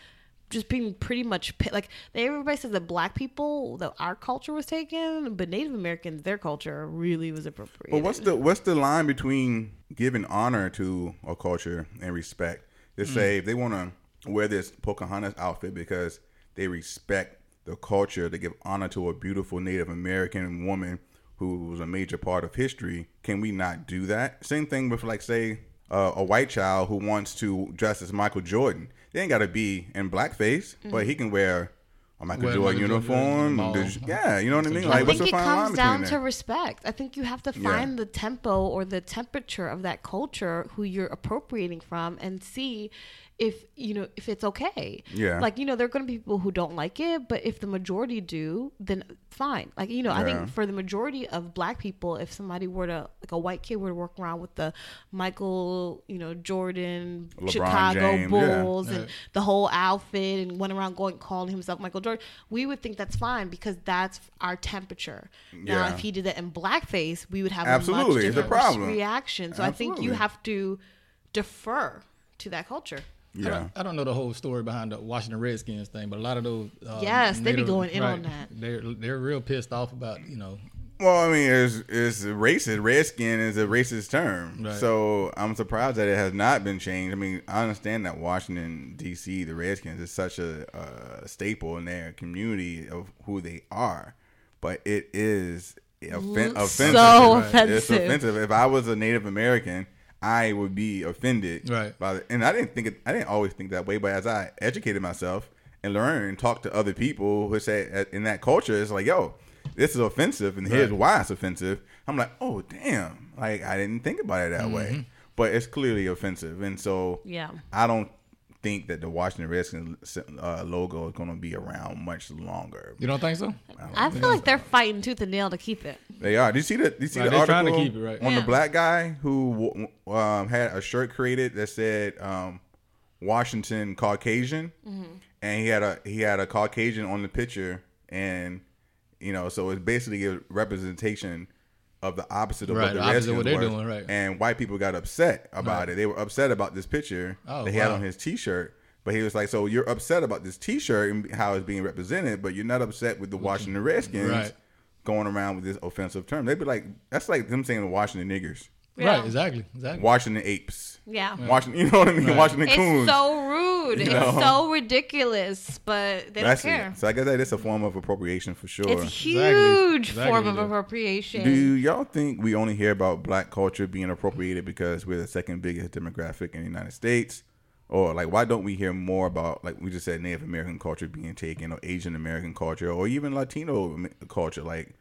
Speaker 3: just being pretty much pi- like they, everybody says that black people that our culture was taken, but Native Americans their culture really was appropriated.
Speaker 5: But what's the what's the line between giving honor to a culture and respect? They
Speaker 3: Mm.
Speaker 5: say if they want to wear this Pocahontas outfit because they respect the culture, they give honor to a beautiful Native American woman who was a major part of history. Can we not do that? Same thing with like say uh, a white child who wants to dress as Michael Jordan. They ain't got to be in blackface, but
Speaker 3: Mm-hmm.
Speaker 5: he can wear a Michael
Speaker 4: Wear
Speaker 5: Jordan
Speaker 4: Michael
Speaker 5: uniform.
Speaker 4: Jordan, mall.
Speaker 5: Does- yeah, you know what I mean.
Speaker 4: I
Speaker 5: Like,
Speaker 3: I
Speaker 5: what's
Speaker 3: think
Speaker 5: the
Speaker 3: it
Speaker 5: fine line
Speaker 3: comes
Speaker 5: between
Speaker 3: down
Speaker 5: that?
Speaker 3: to respect. I think you have to
Speaker 5: Yeah.
Speaker 3: find the tempo or the temperature of that culture who you're appropriating from and see if you know if it's okay.
Speaker 5: Yeah.
Speaker 3: Like you know there are going to be people who don't like it, but if the majority do, then fine. Like you know I
Speaker 5: Yeah.
Speaker 3: think for the majority of black people, if somebody were to like a white kid were to walk around with the Michael, you know Jordan,
Speaker 5: LeBron
Speaker 3: Chicago
Speaker 5: James, yeah.
Speaker 3: Bulls, and the whole outfit and went around going calling himself Michael Jordan, we would think that's fine because that's our temperature. Now,
Speaker 5: Yeah.
Speaker 3: if he did that in blackface, we would have a
Speaker 5: Absolutely,
Speaker 3: much
Speaker 5: it's a
Speaker 3: different
Speaker 5: problem.
Speaker 3: reaction. So I think
Speaker 5: Absolutely.
Speaker 3: you have to defer to that culture.
Speaker 4: I
Speaker 5: yeah.
Speaker 4: don't, I don't know the whole story behind the Washington Redskins thing, but a lot of those. Um,
Speaker 3: Yes, they be going in on that.
Speaker 4: They're they're real pissed off about you know
Speaker 5: Well, I mean, it's it's racist. Redskin is a racist term,
Speaker 4: Right.
Speaker 5: so I'm surprised that it has not been changed. I mean, I understand that Washington D.C. the Redskins is such a, a staple in their community of who they are, but it is offen- offensive.
Speaker 3: so
Speaker 5: It's
Speaker 3: offensive.
Speaker 5: offensive. If I was a Native American, I would be offended.
Speaker 4: Right.
Speaker 5: By the, and I didn't think it, I didn't always think that way, but as I educated myself and learned and talked to other people who say in that culture, it's like, yo, this is offensive, and here's
Speaker 4: Right.
Speaker 5: why it's offensive. I'm like, oh damn, like I didn't think about it that way, but it's clearly offensive, and so
Speaker 3: Yeah.
Speaker 5: I don't think that the Washington Redskins uh, logo is going to be around much longer.
Speaker 4: You don't think so?
Speaker 3: I feel like they're fighting tooth and nail to keep it.
Speaker 5: They are. Did you see the? Did you see
Speaker 4: Right,
Speaker 5: the
Speaker 4: they're trying
Speaker 5: article
Speaker 4: to keep it, right.
Speaker 5: on
Speaker 3: Yeah.
Speaker 5: the black guy who w- um, had a shirt created that said um, Washington Caucasian, and he had a he had a Caucasian on the picture, and you know, so it's basically a representation of the opposite of
Speaker 4: Right,
Speaker 5: what the
Speaker 4: the opposite
Speaker 5: Redskins
Speaker 4: of what they're
Speaker 5: were.
Speaker 4: doing, right.
Speaker 5: And white people got upset about it. They were upset about this picture
Speaker 4: Oh,
Speaker 5: that he had
Speaker 4: wow.
Speaker 5: on his T-shirt. But he was like, "So you're upset about this T-shirt and how it's being represented, but you're not upset with the Washington Redskins."
Speaker 4: Right.
Speaker 5: going around with this offensive term. They'd be like, that's like them saying the Washington niggers,
Speaker 4: Right, exactly, exactly.
Speaker 5: Washington apes,
Speaker 3: Yeah.
Speaker 5: Washington, you know what I mean, Washington
Speaker 3: It's
Speaker 5: coons.
Speaker 3: so rude. It's
Speaker 5: know?
Speaker 3: so ridiculous, but they
Speaker 5: that's
Speaker 3: don't care.
Speaker 5: it. So I guess that is a form of appropriation for sure.
Speaker 3: It's a huge
Speaker 4: Exactly
Speaker 3: form of
Speaker 4: it is.
Speaker 3: appropriation.
Speaker 5: Do y'all think we only hear about black culture being appropriated because we're the second biggest demographic in the United States? Or like why don't we hear more about like we just said Native American culture being taken or Asian American culture or even Latino Am- culture? Like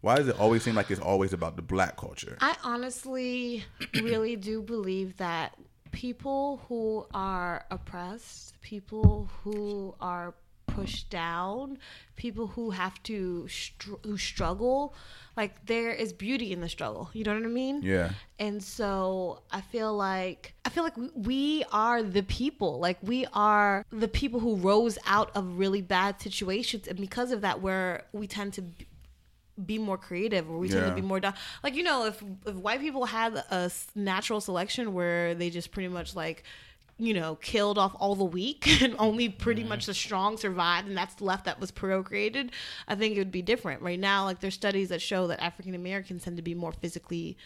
Speaker 5: why does it always seem like it's always about the black culture?
Speaker 3: I honestly really do believe that people who are oppressed, people who are pushed down, people who have to str- who struggle, like there is beauty in the struggle. You know what I mean?
Speaker 5: Yeah.
Speaker 3: And so I feel like I feel like we- we are the people. Like we are the people who rose out of really bad situations and because of that we're we tend to b- be more creative or we tend
Speaker 5: Yeah.
Speaker 3: to be more down. Like you know if if white people had a s- natural selection where they just pretty much like you know killed off all the weak and only pretty much the strong survived and that's the left that was procreated i think it would be different right now like there's studies that show that african americans tend to be more physically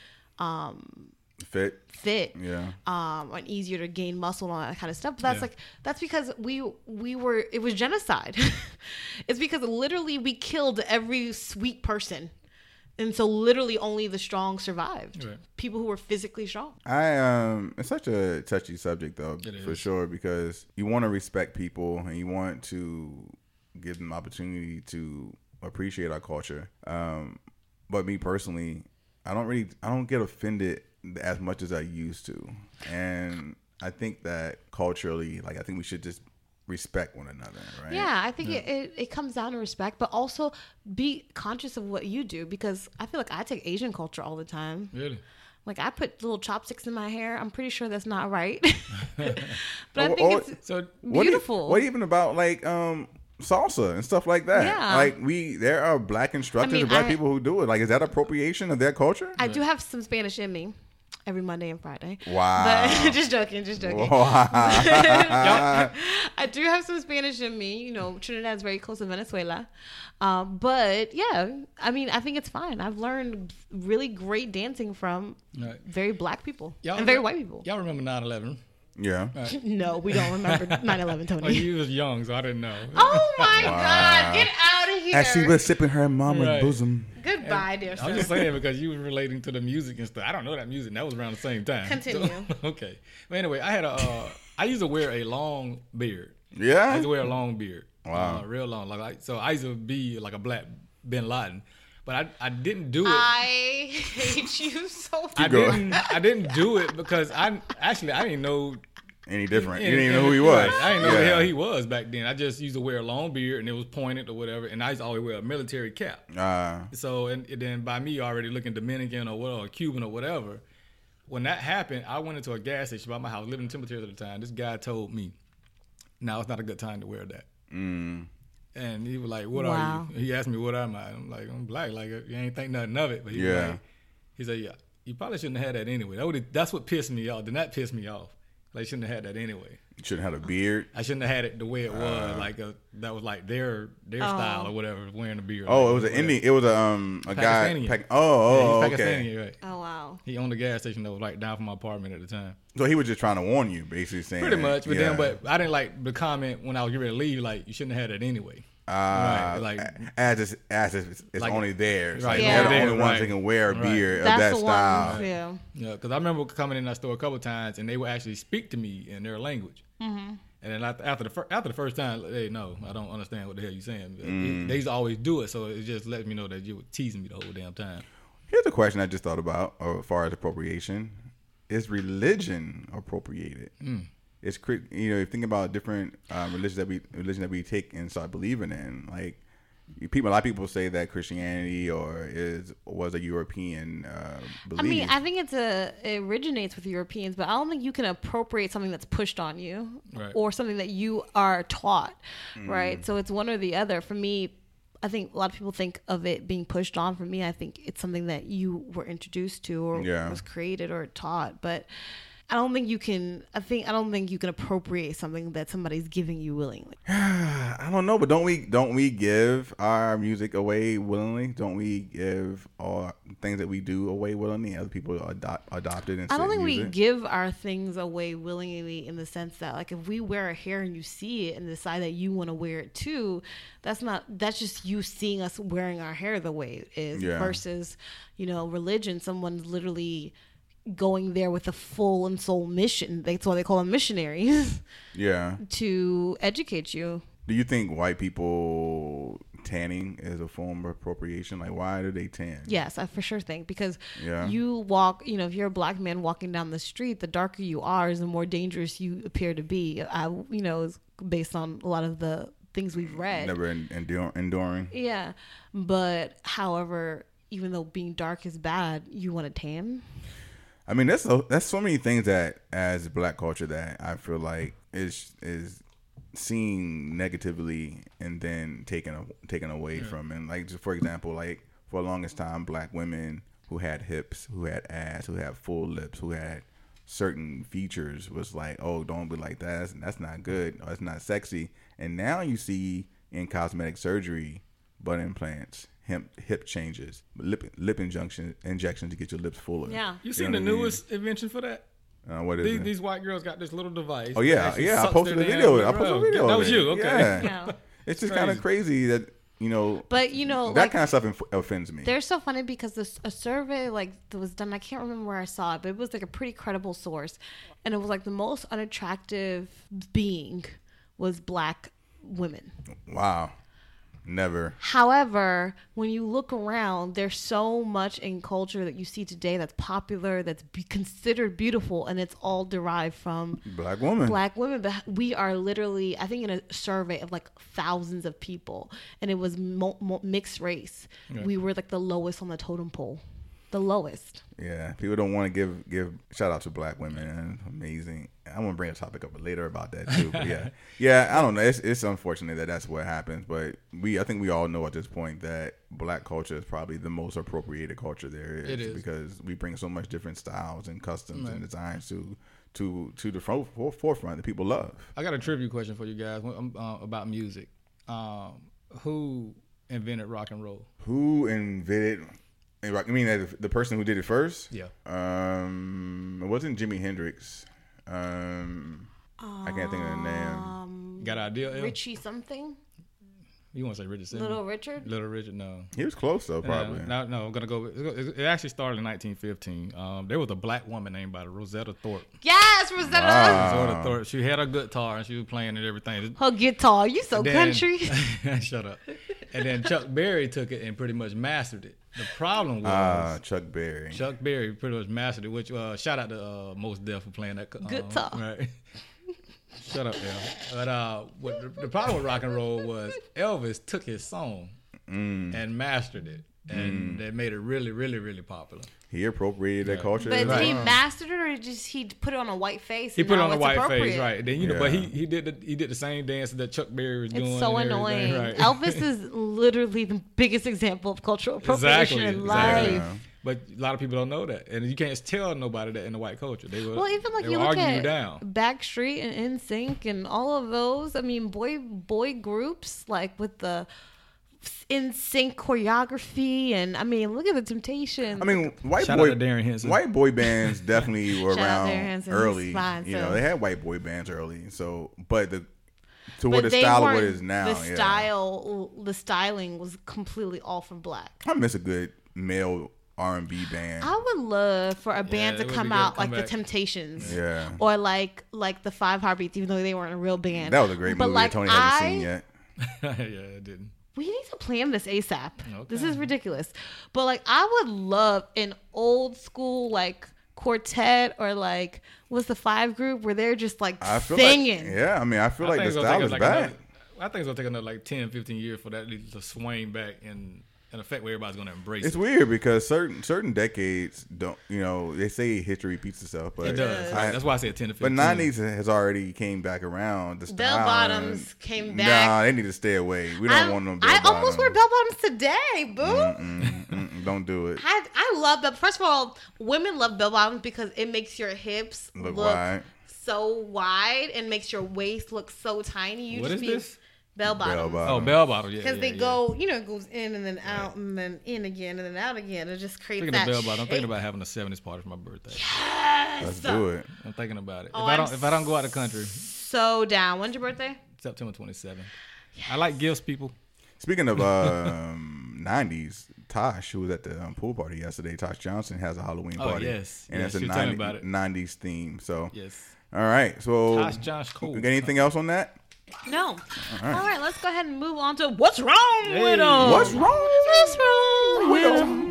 Speaker 5: Fit.
Speaker 3: fit
Speaker 5: Yeah.
Speaker 3: um and easier to gain muscle and all that kind of stuff but that's
Speaker 4: Yeah.
Speaker 3: like that's because we we were it was genocide it's because literally we killed every sweet person and so literally only the strong survived
Speaker 4: Right.
Speaker 3: people who were physically strong
Speaker 5: I um, it's such a touchy subject though,
Speaker 4: It
Speaker 5: for
Speaker 4: is.
Speaker 5: sure, because you want to respect people and you want to give them opportunity to appreciate our culture. Um, but me personally, I don't really, I don't get offended as much as I used to, and I think that culturally, like I think we should just respect one another, right?
Speaker 3: Yeah, I think It, it, it comes down to respect, but also be conscious of what you do because I feel like I take Asian culture all the time.
Speaker 4: Really?
Speaker 3: Like I put little chopsticks in my hair. I'm pretty sure that's not right. but I
Speaker 5: Or-
Speaker 3: think
Speaker 5: or-
Speaker 3: it's
Speaker 4: So
Speaker 5: What e-
Speaker 3: beautiful.
Speaker 5: what even about like um salsa and stuff like that?
Speaker 3: Yeah.
Speaker 5: Like we there are black
Speaker 3: I
Speaker 5: instructors
Speaker 3: mean,
Speaker 5: and black
Speaker 3: I-
Speaker 5: people who do it. Like is that appropriation of their culture?
Speaker 3: I do have some Spanish in me every Monday and Friday.
Speaker 5: Wow.
Speaker 3: But just joking, just joking. I do have some Spanish in me. You know, Trinidad's very close to Venezuela. Um, but yeah, I mean, I think it's fine. I've learned really great dancing from
Speaker 4: Right.
Speaker 3: very black people
Speaker 4: y'all
Speaker 3: and very white people.
Speaker 4: Y'all remember 9/11?
Speaker 5: yeah.
Speaker 3: No, we don't remember 9 11,
Speaker 4: Oh,
Speaker 3: Tony.
Speaker 4: you was young, so I didn't know.
Speaker 3: oh my God, get out of here.
Speaker 5: As she was sipping her mama's
Speaker 4: Right.
Speaker 5: bosom.
Speaker 3: Goodbye, dear
Speaker 4: I'm
Speaker 3: sir.
Speaker 4: just saying because you were relating to the music and stuff. I don't know that music. That was around the same time.
Speaker 3: Continue.
Speaker 4: So, okay. But anyway, I had a. Uh, I used to wear a long beard. I used
Speaker 5: Yeah.
Speaker 4: to wear a long beard.
Speaker 5: Wow.
Speaker 4: Uh, real long. Like I, so, I used to be like a black Bin Laden, but I I didn't do it.
Speaker 3: I hate you so much.
Speaker 4: I
Speaker 5: going.
Speaker 4: didn't. I didn't do it because I actually I didn't know.
Speaker 5: Any different. You
Speaker 4: any-
Speaker 5: didn't even know who he
Speaker 4: right,
Speaker 5: was.
Speaker 4: I didn't know who the
Speaker 5: Yeah.
Speaker 4: hell he was back then. I just used to wear a long beard and it was pointed or whatever, and I used to always wear a military cap.
Speaker 5: Uh,
Speaker 4: So and, and then by me already looking Dominican or what or Cuban or whatever, when that happened, I went into a gas station by my house, living in Timbertales at the time. This guy told me, "Now it's not a good time to wear that."
Speaker 5: Mm.
Speaker 4: And he was like, "What
Speaker 3: Wow.
Speaker 4: are you?" He asked me, "What am I?" I'm like, "I'm black." Like you ain't think nothing of it, but he
Speaker 5: Yeah.
Speaker 4: was like, he said, "Yeah, you probably shouldn't have had that anyway." That would that's what pissed me off. Then that pissed me off. Like shouldn't have had that anyway.
Speaker 5: You shouldn't have had a beard.
Speaker 4: I shouldn't have had it the way it
Speaker 5: Uh.
Speaker 4: was. like a, that was like their their style or whatever, wearing a beard.
Speaker 5: Oh, it
Speaker 4: Like,
Speaker 5: was an
Speaker 4: whatever.
Speaker 5: Indian. It was a um a guy.
Speaker 4: Pakistani.
Speaker 5: Pak- oh, oh
Speaker 4: Yeah, he's
Speaker 5: okay.
Speaker 4: Pakistani, right?
Speaker 3: Oh wow.
Speaker 4: He owned a gas station that was like down from my apartment at the time.
Speaker 5: So he was just trying to warn you, basically saying
Speaker 4: Pretty much, but
Speaker 5: yeah.
Speaker 4: then, but I didn't like the comment when I was getting ready to leave. Like you shouldn't have had it anyway.
Speaker 5: Uh,
Speaker 4: Right, like-
Speaker 5: as it's, as it's, it's
Speaker 4: Like-
Speaker 5: only theirs.
Speaker 4: Right,
Speaker 5: Like,
Speaker 3: Yeah.
Speaker 5: They're the
Speaker 4: only
Speaker 5: only
Speaker 4: there,
Speaker 5: ones
Speaker 4: right.
Speaker 5: that can wear a
Speaker 4: Right.
Speaker 5: beard
Speaker 3: That's
Speaker 5: of that
Speaker 3: the
Speaker 5: style.
Speaker 3: one. Yeah.
Speaker 4: Yeah, because I remember coming in that store a couple of times, and they would actually speak to me in their language. Mm-hmm. And then after, after the fir- after the first time, like, hey, no, I don't understand what the hell you're saying.
Speaker 5: Mm.
Speaker 4: They used to always do it, so it just let me know that you were teasing me the whole damn time.
Speaker 5: Here's a question I just thought about uh, as far as appropriation: Is religion appropriated? It's cre- you know you think about different um, religions that we religion that we take and start believing in. Like you- people, a lot of people say that Christianity or is was a European uh, belief.
Speaker 3: I mean, I think it's a it originates with Europeans, but I don't think you can appropriate something that's pushed on you
Speaker 4: Right.
Speaker 3: or something that you are taught, right? So it's one or the other. For me, I think a lot of people think of it being pushed on. For me, I think it's something that you were introduced to or
Speaker 5: Yeah.
Speaker 3: was created or taught, but I don't think you can. I think I don't think you can appropriate something that somebody's giving you willingly.
Speaker 5: I don't know, but don't we don't we give our music away willingly? Don't we give all things that we do away willingly? Other people adopt adopted and
Speaker 3: I don't
Speaker 5: sit
Speaker 3: think
Speaker 5: and use
Speaker 3: we
Speaker 5: it?
Speaker 3: give our things away willingly in the sense that like if we wear a hair and you see it and decide that you want to wear it too, that's not that's just you seeing us wearing our hair the way it is
Speaker 5: Yeah.
Speaker 3: versus, you know, religion, someone's literally going there with a full and soul mission. That's why they call them missionaries
Speaker 5: Yeah.
Speaker 3: to educate you.
Speaker 5: Do you think white people tanning is a form of appropriation? Like, why do they tan?
Speaker 3: Yes, I for sure think because
Speaker 5: Yeah.
Speaker 3: you walk, you know, if you're a black man walking down the street, the darker you are, is the more dangerous you appear to be. I, you know, is based on a lot of the things we've read.
Speaker 5: Never en- endure- enduring.
Speaker 3: Yeah, but however, even though being dark is bad, you want to tan.
Speaker 5: I mean, that's so, that's so many things that as black culture that I feel like is is seen negatively and then taken a- taken away from. And like, just for example, like for the longest time, black women who had hips, who had ass, who had full lips, who had certain features was like, oh, don't be like that. That's, that's not good. Or that's not sexy. And now you see in cosmetic surgery, butt implants. Hip, hip changes, lip lip injunction injections to get your lips fuller.
Speaker 3: Yeah.
Speaker 4: You seen
Speaker 5: know
Speaker 4: the
Speaker 5: what I mean?
Speaker 4: newest invention for that?
Speaker 5: Uh, what is
Speaker 4: These,
Speaker 5: it?
Speaker 4: these white girls got this little device.
Speaker 5: oh
Speaker 4: that
Speaker 5: yeah,
Speaker 4: actually
Speaker 5: yeah. I
Speaker 4: sucks
Speaker 5: posted a
Speaker 4: their
Speaker 5: video.
Speaker 4: damn
Speaker 5: I posted a
Speaker 4: ground.
Speaker 5: video.
Speaker 4: That
Speaker 5: of
Speaker 4: was
Speaker 5: it.
Speaker 4: you. Okay.
Speaker 5: Yeah.
Speaker 3: Yeah.
Speaker 5: It's just kind of crazy that you know.
Speaker 3: But, you know,
Speaker 5: that
Speaker 3: like-
Speaker 5: kind of stuff inf- offends me.
Speaker 3: They're so funny because this, a survey like that was done. I can't remember where I saw it, but it was like a pretty credible source, and it was like the most unattractive being was black women.
Speaker 5: Wow. Never.
Speaker 3: However, when you look around, there's so much in culture that you see today that's popular, that's be considered beautiful, and it's all derived from
Speaker 5: Black woman.
Speaker 3: black women. But we are literally, I think, in a survey of like thousands of people, and it was mo- mo- mixed race. We were like the lowest on the totem pole, the lowest.
Speaker 5: Yeah. People don't want to give give shout out to black women. Amazing. I'm gonna bring a topic up later about that too. But yeah. yeah. I don't know. It's it's unfortunate that that's what happens, but we I think we all know at this point that black culture is probably the most appropriated culture there is.
Speaker 4: It is.
Speaker 5: because we bring so much different styles and customs and designs to to to the front, for, forefront that people love.
Speaker 4: I got a trivia question for you guys um, uh, about music. Um, who invented rock and roll?
Speaker 5: Who invented? I mean, the- the person who did it first.
Speaker 4: Yeah.
Speaker 5: Um, it wasn't Jimi Hendrix. Um, I can't think of the name.
Speaker 3: Um,
Speaker 4: Got an idea? El?
Speaker 3: Richie something,
Speaker 4: You want to say Richard? Simmons?
Speaker 3: little Richard.
Speaker 4: Little Richard? No.
Speaker 5: He was close though, probably.
Speaker 4: No, no, no, I'm gonna go. It it actually started in 1915. Um, there was a black woman named by the Rosetta Thorpe.
Speaker 3: Yes, Rosetta.
Speaker 5: Ah.
Speaker 4: Rosetta Thorpe. She had a guitar and she was playing and everything.
Speaker 3: Her guitar. You so
Speaker 4: Then-
Speaker 3: country.
Speaker 4: shut up. And then Chuck Berry took it and pretty much mastered it. The problem was
Speaker 5: Ah, Chuck Berry.
Speaker 4: Chuck Berry pretty much mastered it. Which uh, shout out to uh, Most Def for playing that. Um,
Speaker 3: Good talk.
Speaker 4: Right. Shut up, El. But uh, what the, the problem with rock and roll was Elvis took his song and mastered it, and that made it really, really, really popular.
Speaker 5: he appropriated that culture.
Speaker 3: But did he
Speaker 4: Right.
Speaker 3: master it, or just he put it on a white face?
Speaker 4: He
Speaker 3: and
Speaker 4: put it
Speaker 3: now
Speaker 4: on a
Speaker 3: it's
Speaker 4: white face,
Speaker 3: appropriate?
Speaker 4: right? Then you know, but he
Speaker 5: Yeah.
Speaker 4: he did the, he did the same dance that Chuck Berry was doing.
Speaker 3: It's so
Speaker 4: and everything,
Speaker 3: annoying.
Speaker 4: right?
Speaker 3: Elvis is literally the biggest example of cultural appropriation
Speaker 4: Exactly,
Speaker 3: in
Speaker 4: exactly.
Speaker 3: life.
Speaker 5: Yeah.
Speaker 4: But a lot of people don't know that, and you can't tell nobody that in the white culture. They will.
Speaker 3: Well, even like
Speaker 4: they
Speaker 3: you
Speaker 4: will
Speaker 3: look
Speaker 4: argue
Speaker 3: at
Speaker 4: you down.
Speaker 3: Backstreet and NSYNC and all of those. I mean, boy boy groups like with the NSYNC choreography, and I mean, look at the Temptations.
Speaker 5: I mean, white
Speaker 4: Shout out
Speaker 5: boy
Speaker 4: to Darren Henson.
Speaker 5: white boy bands definitely were
Speaker 3: Shout out Darren
Speaker 5: around
Speaker 3: Henson,
Speaker 5: early.
Speaker 3: he's fine,
Speaker 5: you know,
Speaker 3: so.
Speaker 5: they had white boy bands early. So, but the to
Speaker 3: but
Speaker 5: what the
Speaker 3: they
Speaker 5: style of what
Speaker 3: weren't-
Speaker 5: is now,
Speaker 3: The
Speaker 5: yeah.
Speaker 3: style, the styling was completely all from black.
Speaker 5: I miss a good male R and B band.
Speaker 3: I would love for a band
Speaker 4: it
Speaker 3: to
Speaker 4: would
Speaker 3: come
Speaker 4: be good
Speaker 3: out like the
Speaker 4: comeback.
Speaker 3: Temptations.
Speaker 5: Yeah.
Speaker 3: Or like like the Five Heartbeats, even though they weren't a real band.
Speaker 5: that was a great movie that Tony hasn't seen yet.
Speaker 4: yeah, it didn't.
Speaker 3: we need to plan this ASAP. This
Speaker 4: Okay.
Speaker 3: is ridiculous. But like I would love an old school like quartet or like what's the five group where they're just like
Speaker 5: I feel
Speaker 3: singing.
Speaker 5: like yeah. I mean, I feel like the
Speaker 4: it's gonna
Speaker 5: style is
Speaker 4: take us like
Speaker 5: back.
Speaker 4: another- I think it's gonna take another like 10, 15 years for that to swing back and and affect where everybody's gonna embrace
Speaker 5: It's
Speaker 4: it.
Speaker 5: weird because certain certain decades don't you know they say history repeats itself, but
Speaker 4: It does.
Speaker 5: I-
Speaker 4: That's why I said ten to
Speaker 5: But
Speaker 4: fifteen.
Speaker 5: nineties has already came back around. The style
Speaker 3: Bell bottoms
Speaker 5: and-
Speaker 3: came
Speaker 5: Nah,
Speaker 3: back.
Speaker 5: they need to stay away. We don't
Speaker 3: I,
Speaker 5: want them. Bell
Speaker 3: I almost wear bell bottoms today, boo.
Speaker 5: bottoms. mm, Don't do it.
Speaker 3: I, I love that. First of all, women love bell bottoms because it makes your hips
Speaker 5: Look
Speaker 3: look,
Speaker 5: wide.
Speaker 3: so wide and makes your waist look so tiny. You
Speaker 4: What
Speaker 3: just
Speaker 4: is
Speaker 3: be
Speaker 4: this?
Speaker 3: Bell
Speaker 5: Bell
Speaker 3: bottoms.
Speaker 4: Oh,
Speaker 5: bottoms.
Speaker 4: bell bottle. Yeah,
Speaker 3: Because
Speaker 4: yeah,
Speaker 3: they
Speaker 4: yeah.
Speaker 3: go, you know, it goes in and then out and then in again and then out again. It just creates
Speaker 4: Speaking
Speaker 3: that
Speaker 4: of bell bottle, I'm
Speaker 3: shape.
Speaker 4: thinking about having a seventies party for my birthday.
Speaker 5: Let's do it.
Speaker 4: I'm thinking about it.
Speaker 3: Oh,
Speaker 4: if I
Speaker 3: I'm
Speaker 4: don't, if I don't go out of the country,
Speaker 3: so down. When's your birthday?
Speaker 4: September 27th. I like gifts, people.
Speaker 5: Speaking of um, 90s, Tosh, who was at the um, pool party yesterday, Tosh Johnson has a Halloween
Speaker 4: Oh,
Speaker 5: party.
Speaker 4: yes.
Speaker 5: And
Speaker 4: Yes,
Speaker 5: it's a
Speaker 4: she was telling me
Speaker 5: 90,
Speaker 4: about it.
Speaker 5: 90s theme. So,
Speaker 4: Yes.
Speaker 5: all right. So,
Speaker 4: Tosh Josh Cole.
Speaker 5: we got anything else on that?
Speaker 3: No. All right. let's go ahead and move on to what's wrong with them.
Speaker 5: What's wrong?
Speaker 3: What's wrong with them?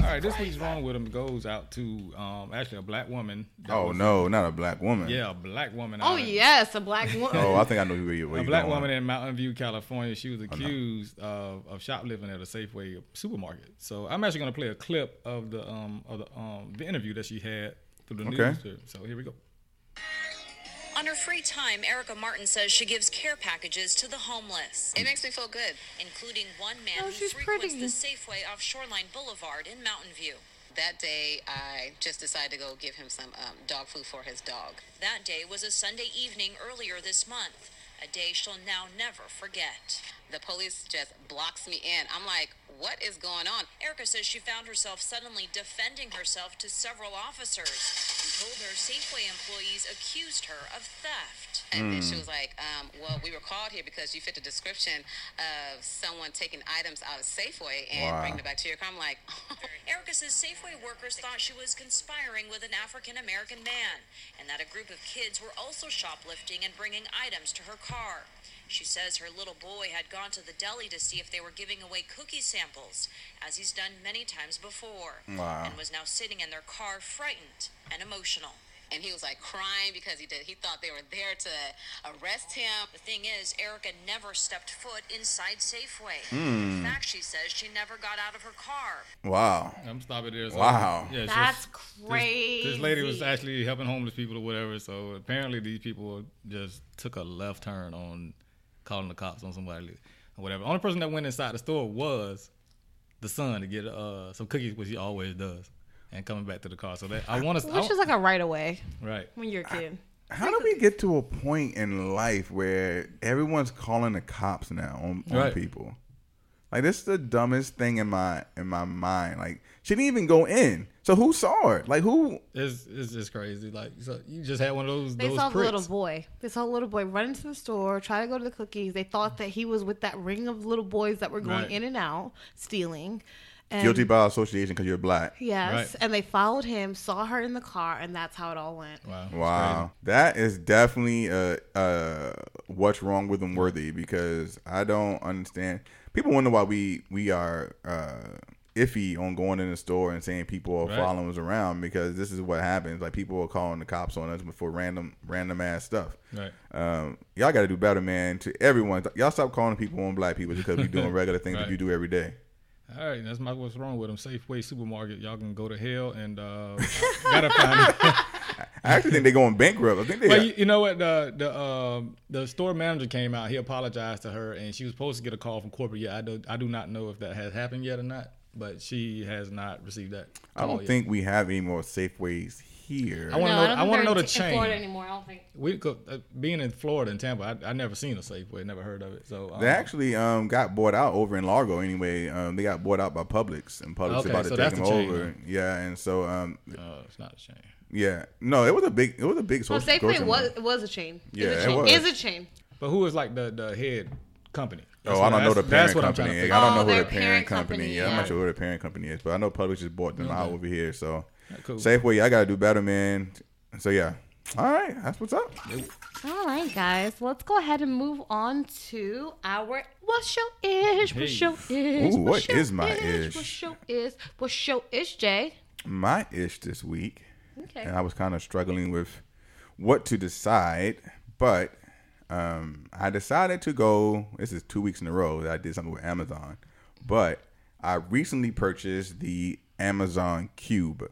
Speaker 4: All right, this week's wrong with him goes out to um, actually a black woman. that
Speaker 5: Oh,
Speaker 4: was-
Speaker 5: no, not a black woman.
Speaker 4: Yeah, a black woman.
Speaker 3: Oh
Speaker 4: out in-
Speaker 3: yes, a black woman.
Speaker 5: Oh, I think I know who you were.
Speaker 4: A black woman in Mountain View, California, she was accused of, of shoplifting at a Safeway supermarket. So I'm actually going to play a clip of the um of the um the interview that she had through the
Speaker 5: Okay.
Speaker 4: news. So here we go.
Speaker 6: On her free time, Erica Martin says she gives care packages to the homeless,
Speaker 7: It makes me feel good.
Speaker 6: including one man
Speaker 3: Oh,
Speaker 6: who
Speaker 3: she's
Speaker 6: frequents
Speaker 3: pretty.
Speaker 6: the Safeway off Shoreline Boulevard in Mountain View.
Speaker 7: That day, I just decided to go give him some um, dog food for his dog.
Speaker 6: That day was a Sunday evening earlier this month, a day she'll now never forget.
Speaker 7: The police just blocks me in. I'm like, what is going on?
Speaker 6: Erica says she found herself suddenly defending herself to several officers who told her Safeway employees accused her of theft.
Speaker 7: And then she was like, um, well, we were called here because you fit the description of someone taking items out of Safeway and
Speaker 5: Wow.
Speaker 7: bringing it back to your car. I'm like,
Speaker 6: Erica says Safeway workers thought she was conspiring with an African American man and that a group of kids were also shoplifting and bringing items to her car. She says her little boy had gone to the deli to see if they were giving away cookie samples, as he's done many times before,
Speaker 5: Wow.
Speaker 6: and was now sitting in their car frightened and emotional.
Speaker 7: and he was like crying because he did. He thought they were there to arrest him.
Speaker 6: The thing is, Erica never stepped foot inside Safeway. In fact, she says she never got out of her car.
Speaker 5: Wow.
Speaker 4: I'm stopping there. So,
Speaker 5: Wow.
Speaker 4: Yeah, it's
Speaker 3: That's
Speaker 4: just- This, this lady was
Speaker 3: crazy.
Speaker 4: actually helping homeless people or whatever. So apparently these people just took a left turn on calling the cops on somebody or whatever. Only person that went inside the store was the son to get uh some cookies, which he always does, and coming back to the car. So that I want to.
Speaker 3: Which is like a right away
Speaker 4: right.
Speaker 3: when you're a kid.
Speaker 5: How do we get to a point in life where everyone's calling the cops now on, on
Speaker 4: Right.
Speaker 5: people? Like this is the dumbest thing in my in my mind. Like she didn't even go in. So who saw her? Like who?
Speaker 4: It's it's just crazy. Like so you just had one of those.
Speaker 3: They
Speaker 4: those
Speaker 3: saw the
Speaker 4: pricks.
Speaker 3: little boy. They saw the little boy run into the store, try to go to the cookies. They thought that he was with that ring of little boys that were going
Speaker 4: Right.
Speaker 3: in and out stealing. And
Speaker 5: Guilty by association because you're black.
Speaker 3: Yes,
Speaker 4: Right.
Speaker 3: and they followed him, saw her in the car, and that's how it all went.
Speaker 4: Wow. it's
Speaker 5: Wow, that is definitely a, a what's wrong with them worthy because I don't understand. People wonder why we we are uh, iffy on going in the store and saying people are
Speaker 4: Right.
Speaker 5: following us around because this is what happens. Like people are calling the cops on us for random random ass stuff.
Speaker 4: Right.
Speaker 5: Um, y'all got to do better, man. To everyone, y'all stop calling people on black people because we doing regular things that
Speaker 4: Right.
Speaker 5: you do every day.
Speaker 4: All right, that's my what's wrong with them. Safeway supermarket, y'all can go to hell and uh, gotta find. It.
Speaker 5: I actually think they're going bankrupt. I think they.
Speaker 4: But you, you know what? The the um, the store manager came out. He apologized to her, and she was supposed to get a call from corporate. Yeah, I do I do not know if that has happened yet or not. but she has not received that.
Speaker 5: I don't
Speaker 4: call yet.
Speaker 5: think we have any more Safeways here.
Speaker 4: I want to
Speaker 8: No,
Speaker 4: know.
Speaker 8: I
Speaker 4: I,
Speaker 8: don't think
Speaker 4: want to know
Speaker 8: they're
Speaker 4: the
Speaker 8: in T- in Florida
Speaker 4: chain.
Speaker 8: anymore. I don't think.
Speaker 4: We could, uh, being in Florida and Tampa, I, I never seen a Safeway, never heard of it. So um,
Speaker 5: They actually um, got bought out over in Largo anyway. Um, they got bought out by Publix, and Publix
Speaker 4: Okay,
Speaker 5: about to
Speaker 4: so
Speaker 5: take
Speaker 4: that's
Speaker 5: them
Speaker 4: the chain,
Speaker 5: over. Yeah, and so um,
Speaker 4: uh, it's not a chain.
Speaker 5: yeah, no, it was a big, it was a big.
Speaker 3: Well,
Speaker 5: source.
Speaker 3: Safeway was was a chain.
Speaker 5: Yeah,
Speaker 3: is
Speaker 5: it
Speaker 3: a chain.
Speaker 5: was.
Speaker 3: Is a chain.
Speaker 4: But who is like the the head company? That's
Speaker 5: Oh, I
Speaker 4: what-
Speaker 5: don't know
Speaker 4: that's-
Speaker 5: the parent
Speaker 4: that's what I'm trying
Speaker 5: company.
Speaker 4: to
Speaker 5: I
Speaker 4: figure
Speaker 5: don't
Speaker 3: Oh,
Speaker 5: know who
Speaker 3: their
Speaker 5: the parent,
Speaker 3: parent
Speaker 5: company.
Speaker 3: company,
Speaker 5: Yeah, I'm
Speaker 3: yeah.
Speaker 5: not sure who the parent company is, but I know Publix just bought them out over here. So
Speaker 4: cool.
Speaker 5: Safeway, I gotta do better, man. So yeah, all right, that's what's up.
Speaker 3: All right, guys, let's go ahead and move on to our what's your ish, what's your ish,
Speaker 5: Ooh,
Speaker 3: what's
Speaker 5: what
Speaker 3: your
Speaker 5: is my ish?
Speaker 3: what's your ish, what's your ish, Jay?
Speaker 5: My ish this week,
Speaker 3: Okay.
Speaker 5: and I was kind of struggling with what to decide, but um, I decided to go. This is two weeks in a row that I did something with Amazon, but I recently purchased the Amazon Cube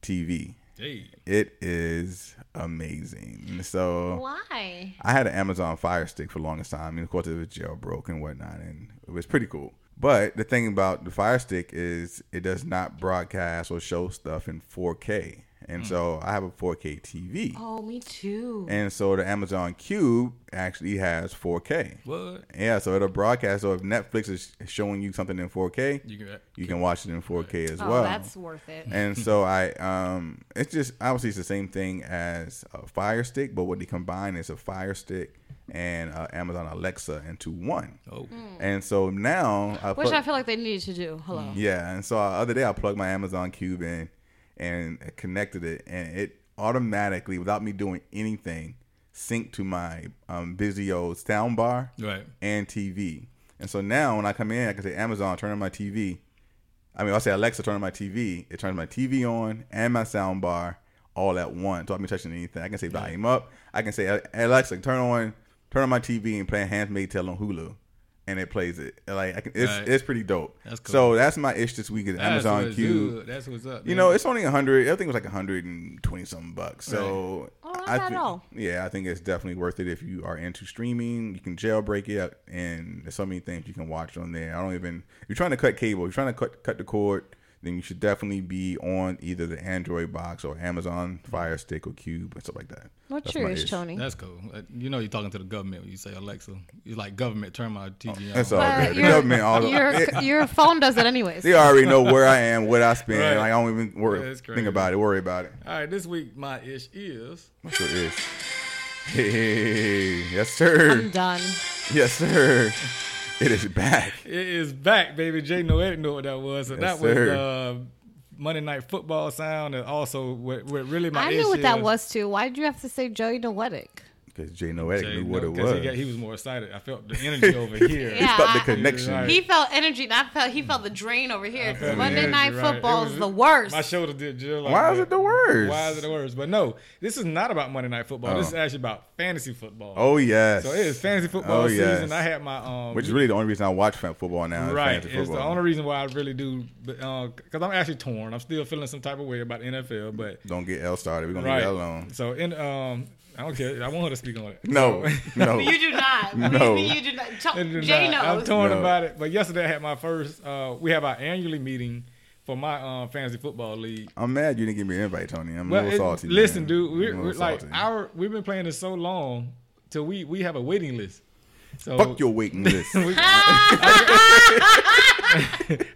Speaker 5: TV.
Speaker 4: Hey,
Speaker 5: It is amazing. So
Speaker 3: Why?
Speaker 5: I had an Amazon Fire Stick for the longest time, and of course it was jailbroken and whatnot, and it was pretty cool. But the thing about the Fire Stick is it does not broadcast or show stuff in 4K, and
Speaker 4: Hmm.
Speaker 5: so I have a 4K TV,
Speaker 3: Oh, me too.
Speaker 5: and so the Amazon Cube actually has 4K.
Speaker 4: what?
Speaker 5: Yeah, so it'll broadcast. So if Netflix is showing you something in 4K,
Speaker 4: You can
Speaker 5: you can watch it in 4K as
Speaker 3: Oh,
Speaker 5: well
Speaker 3: that's worth it.
Speaker 5: and so I um it's just obviously it's the same thing as a fire stick, but what they combine is a fire stick and uh, Amazon Alexa into one.
Speaker 4: Oh,
Speaker 5: And so now I
Speaker 3: Which
Speaker 5: plug-
Speaker 3: I feel like they needed to do. Hello.
Speaker 4: Mm.
Speaker 5: yeah, and so the other day I plugged my Amazon Cube in and connected it, and it automatically without me doing anything synced to my um, Vizio soundbar
Speaker 4: right.
Speaker 5: and TV. And so now when I come in, I can say Amazon, turn on my TV. I mean, I'll say Alexa, turn on my TV. It turns my TV on and my sound bar all at once. So I'm touching anything. I can say volume up. I can say Alexa, turn on, turn on my TV and play Handmaid's Tale on Hulu, and it plays it. Like I can, it's
Speaker 4: Right.
Speaker 5: it's pretty dope.
Speaker 4: That's cool.
Speaker 5: So that's my ish this week is
Speaker 4: That's
Speaker 5: Amazon
Speaker 4: what's
Speaker 5: Q.
Speaker 4: good. That's what's up.
Speaker 5: You
Speaker 4: man.
Speaker 5: know, it's only a hundred. I think it was like a hundred and twenty something bucks. So
Speaker 3: Oh, not
Speaker 5: I
Speaker 3: bad at
Speaker 5: thi-
Speaker 3: all.
Speaker 5: Yeah, I think it's definitely worth it if you are into streaming. You can jailbreak it, and there's so many things you can watch on there. I don't even. If you're trying to cut cable. If you're trying to cut cut the cord. Then you should definitely be on either the Android box or Amazon Fire Stick or Cube and stuff like that.
Speaker 3: What's
Speaker 5: That's
Speaker 3: your
Speaker 5: my
Speaker 3: ish,
Speaker 5: ish.
Speaker 3: Tony?
Speaker 4: that's cool. Uh, You know, you're talking to the government when you say Alexa. You're like government, turn my TV on.
Speaker 5: Oh, That's all
Speaker 3: But
Speaker 5: good. The
Speaker 3: your-
Speaker 5: government, all
Speaker 3: Your
Speaker 5: it-
Speaker 3: your phone does it anyways.
Speaker 5: they already know where I am, what I spend.
Speaker 4: Right.
Speaker 5: Like, I don't even worry,
Speaker 4: Yeah, it's
Speaker 5: think
Speaker 4: crazy.
Speaker 5: about it, worry about it.
Speaker 4: All right, this week my ish is
Speaker 5: What's your ish? Hey, yes sir.
Speaker 3: I'm done.
Speaker 5: Yes, sir. It is back.
Speaker 4: it is back, baby. Jay Noetic know what that was. And
Speaker 5: Yes,
Speaker 4: that was
Speaker 5: sir.
Speaker 4: uh, Monday Night Football sound, and also what, what really my
Speaker 3: I
Speaker 4: ish
Speaker 3: knew what that
Speaker 4: is-
Speaker 3: was too. Why did you have to say Joey Noetic?
Speaker 5: Because Jay Noetic
Speaker 4: Jay
Speaker 5: knew what
Speaker 4: know,
Speaker 5: it
Speaker 4: 'cause
Speaker 5: was.
Speaker 4: He, got- he was more excited. I felt the energy over here.
Speaker 5: He felt the
Speaker 3: Yeah, I-
Speaker 5: connection.
Speaker 4: Right.
Speaker 3: He felt energy, and I felt he felt the drain over here. 'cause
Speaker 4: Felt the
Speaker 3: Monday
Speaker 4: energy,
Speaker 3: night
Speaker 4: right.
Speaker 3: football
Speaker 4: It was-
Speaker 3: is the worst.
Speaker 4: My shoulder did Jill. Like,
Speaker 5: Why
Speaker 4: that.
Speaker 5: is it the worst?
Speaker 4: Why is it the worst? But no, this is not about Monday Night Football. This is actually about fantasy football.
Speaker 5: oh, yes.
Speaker 4: So it is fantasy football
Speaker 5: Oh, yes.
Speaker 4: season. I had my um,
Speaker 5: Which is really the only reason I watch fan football now. is
Speaker 4: Right. It's
Speaker 5: fantasy
Speaker 4: the
Speaker 5: football.
Speaker 4: only reason why I really do, because I'm actually torn. I'm still feeling some type of way about the NFL, but
Speaker 5: Don't get L started. We're going
Speaker 4: right.
Speaker 5: to leave that alone.
Speaker 4: So in um, I don't care. I want her to speak on it.
Speaker 5: No, no.
Speaker 3: you do not. Believe
Speaker 5: No.
Speaker 3: me, you do not. Cho-
Speaker 4: I do
Speaker 3: Jay
Speaker 4: not. I'm
Speaker 3: knows.
Speaker 4: torn
Speaker 5: No.
Speaker 4: about it. But yesterday I had my first. Uh, we have our annually meeting for my um, fantasy football league.
Speaker 5: I'm mad you didn't give me an invite, Tony. I'm
Speaker 4: Well,
Speaker 5: a
Speaker 4: it-
Speaker 5: little salty.
Speaker 4: listen,
Speaker 5: man.
Speaker 4: dude,
Speaker 5: I'm a
Speaker 4: we're,
Speaker 5: little
Speaker 4: we're like
Speaker 5: salty.
Speaker 4: our we've been playing this so long till we we have a waiting list. So
Speaker 5: Fuck your waiting list.
Speaker 4: we-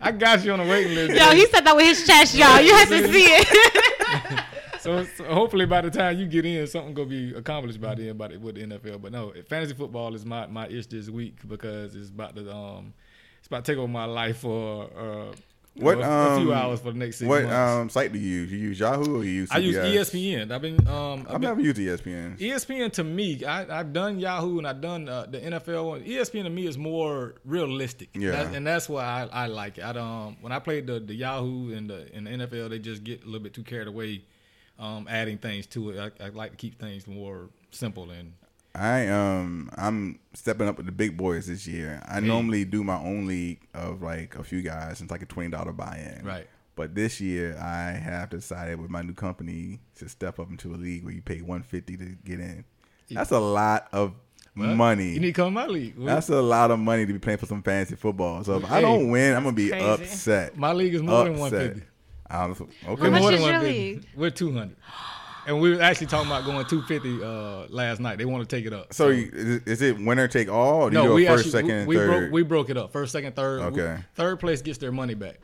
Speaker 4: I got you on the waiting list.
Speaker 3: Yo, he said that with his chest, y'all. You have to see it.
Speaker 4: So, so hopefully by the time you get in, something gonna be accomplished by then by the, with the NFL. But no, fantasy football is my my ish this week because it's about to um it's about to take over my life for uh
Speaker 5: What,
Speaker 4: a,
Speaker 5: um,
Speaker 4: a few hours for the next six
Speaker 5: what
Speaker 4: months.
Speaker 5: um, site do you use? You use Yahoo or you use CBS?
Speaker 4: I use E ESPN. I've been um I've
Speaker 5: I've
Speaker 4: been,
Speaker 5: never used E ESPN.
Speaker 4: ESPN to me, I, I've done Yahoo and I've done uh, the NFL one. ESPN to me is more realistic,
Speaker 5: Yeah.
Speaker 4: That's- and that's why I, I like it. I, um, when I played the, the Yahoo and the, and the NFL, they just get a little bit too carried away, um, adding things to it. I, I like to keep things more simple and
Speaker 5: I um I'm stepping up with the big boys this year. I normally do my own league of like a few guys. It's like a twenty dollar buy in.
Speaker 4: Right.
Speaker 5: But this year I have decided with my new company to step up into a league where you pay one fifty to get in. That's a lot of money.
Speaker 4: uh, You need to come in my league.
Speaker 5: That's a lot of money to be playing for some fantasy football. So if I don't win, I'm gonna be
Speaker 8: crazy.
Speaker 5: upset.
Speaker 4: My league is more than 150.
Speaker 5: I'm so- okay.
Speaker 4: We're
Speaker 8: much
Speaker 4: more
Speaker 8: is
Speaker 4: than
Speaker 8: your
Speaker 4: 150.
Speaker 8: league?
Speaker 4: We're 200. And we were actually talking about going 250 uh, last night. They want to take it up.
Speaker 5: So you, is, is it winner take all? Or do you
Speaker 4: no,
Speaker 5: go
Speaker 4: we
Speaker 5: first,
Speaker 4: actually
Speaker 5: second,
Speaker 4: we, we
Speaker 5: third?
Speaker 4: broke we broke it up. First, second, third. We-
Speaker 5: Okay.
Speaker 4: third place gets their money back.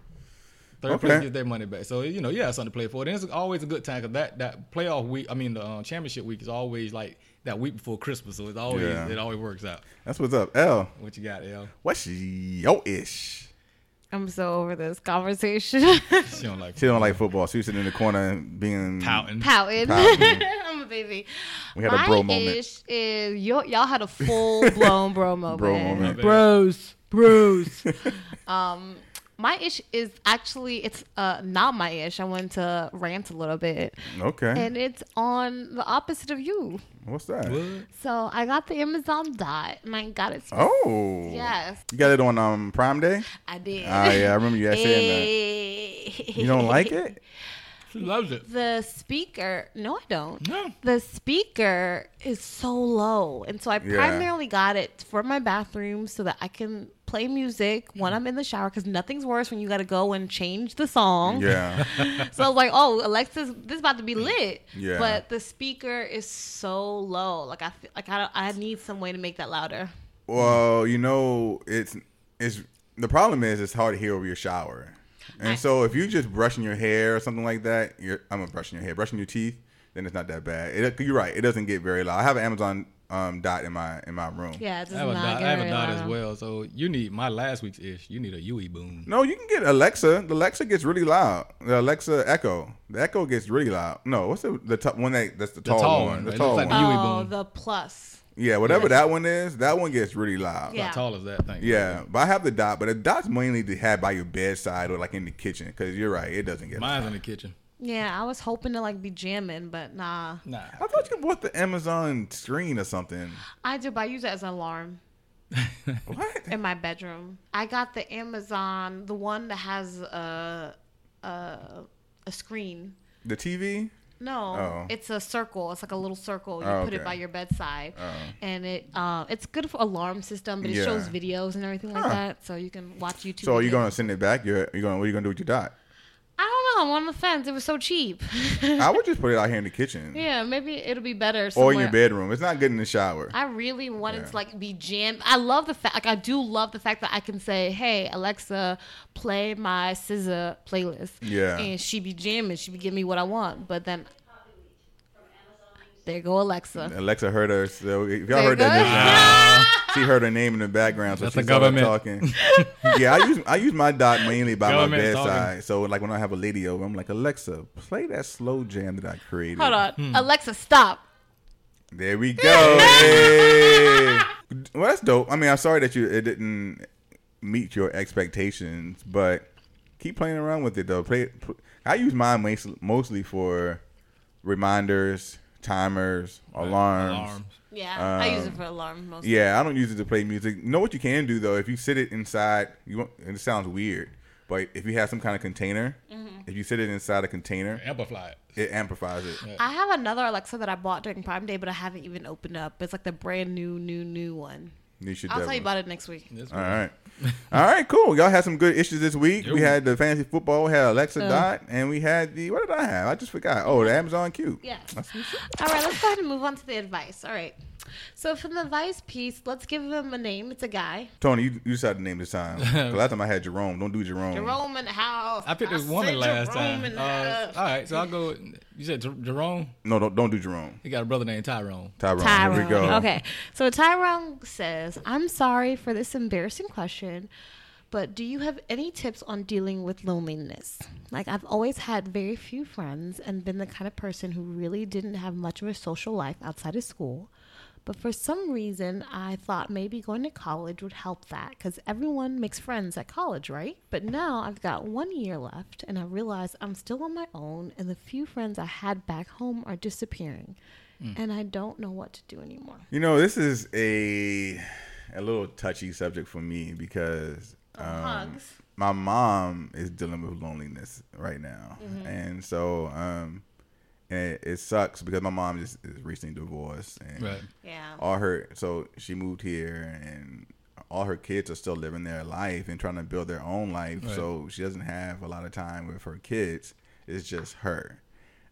Speaker 4: Third
Speaker 5: Okay.
Speaker 4: place gets their money back. So you know, yeah, it's something to play for. And it's always a good time because that that playoff week, I mean, the uh, championship week is always like that week before Christmas. So it's always
Speaker 5: Yeah.
Speaker 4: it always works out.
Speaker 5: That's what's up. L,
Speaker 4: What you got, L?
Speaker 5: what's yo ish?
Speaker 8: I'm so over this conversation.
Speaker 4: She don't like
Speaker 5: She don't like football. She was sitting in the corner being
Speaker 4: pouting.
Speaker 3: pouting.
Speaker 5: pouting.
Speaker 3: I'm a baby.
Speaker 5: We had a
Speaker 3: My
Speaker 5: bro moment.
Speaker 3: ish is y'all, y'all had a full blown bro moment.
Speaker 5: Bro moment.
Speaker 3: Bros, bros. um, my ish is actually it's uh not my ish. I wanted to rant a little bit,
Speaker 5: Okay.
Speaker 3: and it's on the opposite of you.
Speaker 5: what's that?
Speaker 3: So I got the Amazon Dot, and I got it.
Speaker 5: Oh.
Speaker 3: Yes,
Speaker 5: You got it on um Prime Day?
Speaker 3: I did.
Speaker 5: Ah, yeah, I remember you saying
Speaker 3: Eh.
Speaker 5: that. You don't like it?
Speaker 4: She loves it.
Speaker 3: the speaker no i don't
Speaker 4: No.
Speaker 3: the speaker is so low and so i
Speaker 5: Yeah.
Speaker 3: primarily got it for my bathroom so that i can play music when
Speaker 5: Mm.
Speaker 3: i'm in the shower because nothing's worse when you got to go and change the song
Speaker 5: Yeah.
Speaker 3: so i was like oh alexis this is about to be lit
Speaker 5: Yeah.
Speaker 3: but the speaker is so low like i feel like i, don't, I need some way to make that louder
Speaker 5: Well, you know, it's it's the problem is it's hard to hear over your shower, and so if you just brushing your hair or something like that, you're I'm not brushing your hair, brushing your teeth, then it's not that bad. It, you're right, it doesn't get very loud. I have an Amazon um, dot in my in my room.
Speaker 3: yeah it does
Speaker 4: I have a
Speaker 3: not
Speaker 4: dot,
Speaker 3: get
Speaker 4: I have a
Speaker 3: very
Speaker 4: dot as
Speaker 3: loud.
Speaker 4: well. So you need my last week's ish. You need a Yui boom.
Speaker 5: No, you can get Alexa. The Alexa gets really loud. The Alexa Echo. The Echo gets really loud. No, what's the the top one that that's the,
Speaker 4: The
Speaker 5: tall,
Speaker 4: tall
Speaker 5: one?
Speaker 4: one,
Speaker 5: The
Speaker 4: right?
Speaker 5: tall
Speaker 4: It looks
Speaker 5: one.
Speaker 4: like Yui
Speaker 3: oh
Speaker 4: boom.
Speaker 3: the plus
Speaker 5: yeah, whatever that one is, that one gets really loud.
Speaker 3: Yeah.
Speaker 4: How tall is that thing?
Speaker 5: Yeah, but I have the dot, but the dot's mainly to have by your bedside or like in the kitchen because you're right, it doesn't get.
Speaker 4: Mine's in the kitchen.
Speaker 3: yeah i was hoping to like be jamming but nah
Speaker 4: Nah.
Speaker 5: I thought you bought the Amazon screen or something.
Speaker 3: i do but i use it as an alarm
Speaker 5: What?
Speaker 3: in my bedroom. I got the Amazon, the one that has a a, a screen.
Speaker 5: The TV?
Speaker 3: No,
Speaker 5: Oh.
Speaker 3: it's a circle. It's like a little circle. You
Speaker 5: Oh,
Speaker 3: put
Speaker 5: okay. Oh.
Speaker 3: it by your bedside, and it uh, it's good for alarm system, but it
Speaker 5: Yeah.
Speaker 3: shows videos and everything like that, so you can watch YouTube.
Speaker 5: So are you
Speaker 3: videos.
Speaker 5: gonna send it back? You're you gonna what are you gonna do with your dot?
Speaker 3: I don't know. I'm on the fence. It was so cheap.
Speaker 5: I would just put it out here in the kitchen
Speaker 3: yeah, maybe it'll be better.
Speaker 5: or
Speaker 3: Somewhere.
Speaker 5: in your bedroom. It's not good in the shower.
Speaker 3: I really wanted
Speaker 5: Yeah.
Speaker 3: to like be jammed. I love the fact, like, I do love the fact that I can say, "Hey Alexa, play my SZA playlist."
Speaker 5: Yeah.
Speaker 3: and she be jamming, she be giving me what I want. But then, there go Alexa.
Speaker 5: Alexa heard her. So if y'all
Speaker 3: There
Speaker 5: heard that,
Speaker 3: goes-
Speaker 5: just now, she heard her name in the background. So
Speaker 4: That's
Speaker 5: she
Speaker 4: the
Speaker 5: started
Speaker 4: government.
Speaker 5: talking. yeah, I use I use my dot mainly by my
Speaker 4: Government's
Speaker 5: bedside. So like when I have a lady over, I'm like Alexa, play that slow jam that I created.
Speaker 3: Hold on,
Speaker 4: Hmm.
Speaker 3: Alexa, stop.
Speaker 5: There we go. Hey. Well, that's dope. I mean, I'm sorry that you it didn't meet your expectations, but keep playing around with it though. Play. pl- I use mine mas- mostly for reminders, timers, alarms.
Speaker 4: Alarms.
Speaker 3: Yeah, I
Speaker 4: Um,
Speaker 3: use it for alarm mostly.
Speaker 5: Yeah, I don't use it to play music. Know what you can do though? If you sit it inside, you won't, and it sounds weird, but if you have some kind of container,
Speaker 3: Mm-hmm.
Speaker 5: if you sit it inside a container,
Speaker 4: Amplify it.
Speaker 5: it amplifies it.
Speaker 3: I have another Alexa that I bought during Prime Day, but I haven't even opened up. It's like the brand new, new, new one.
Speaker 5: You should.
Speaker 3: I'll tell
Speaker 5: definitely-
Speaker 3: you about it next week.
Speaker 4: This
Speaker 5: All
Speaker 4: one.
Speaker 5: right. All right, cool. Y'all had some good issues this week. We
Speaker 4: Yeah.
Speaker 5: had the fantasy football, we had Alexa Dot, and we had the what did I have? I just forgot. Oh, the Amazon Q.
Speaker 3: Yeah. All right, let's go ahead and move on to the advice. All right. So for the advice piece, let's give him a name. It's a guy.
Speaker 5: Tony, you, you decided the name this time. 'Cause last time I had Jerome. Don't do Jerome.
Speaker 3: Jerome in the house.
Speaker 4: Mm. I picked this
Speaker 3: said
Speaker 4: woman last
Speaker 3: Jerome
Speaker 4: time.
Speaker 3: in the
Speaker 4: Uh,
Speaker 3: house.
Speaker 4: all right, so I'll go. with- You said Jer- Jerome.
Speaker 5: No, don't don't do Jerome.
Speaker 4: He got a brother named Tyrone.
Speaker 5: Tyrone. Here
Speaker 3: Tyrone.
Speaker 5: we go.
Speaker 3: Okay. So Tyrone says, I'm sorry for this embarrassing question, but do you have any tips on dealing with loneliness? Like, I've always had very few friends and been the kind of person who really didn't have much of a social life outside of school. But for some reason, I thought maybe going to college would help that because everyone makes friends at college, right? But now I've got one year left and I realize I'm still on my own and the few friends I had back home are disappearing and I don't know what to do anymore.
Speaker 5: You know, this is a a little touchy subject for me because um,
Speaker 3: hugs.
Speaker 5: my mom is dealing with loneliness right now, and so um, and it, it sucks because my mom just is recently divorced and
Speaker 4: Right.
Speaker 3: Yeah.
Speaker 5: all her so she moved here and all her kids are still living their life and trying to build their own life
Speaker 4: Right.
Speaker 5: so she doesn't have a lot of time with her kids it's just her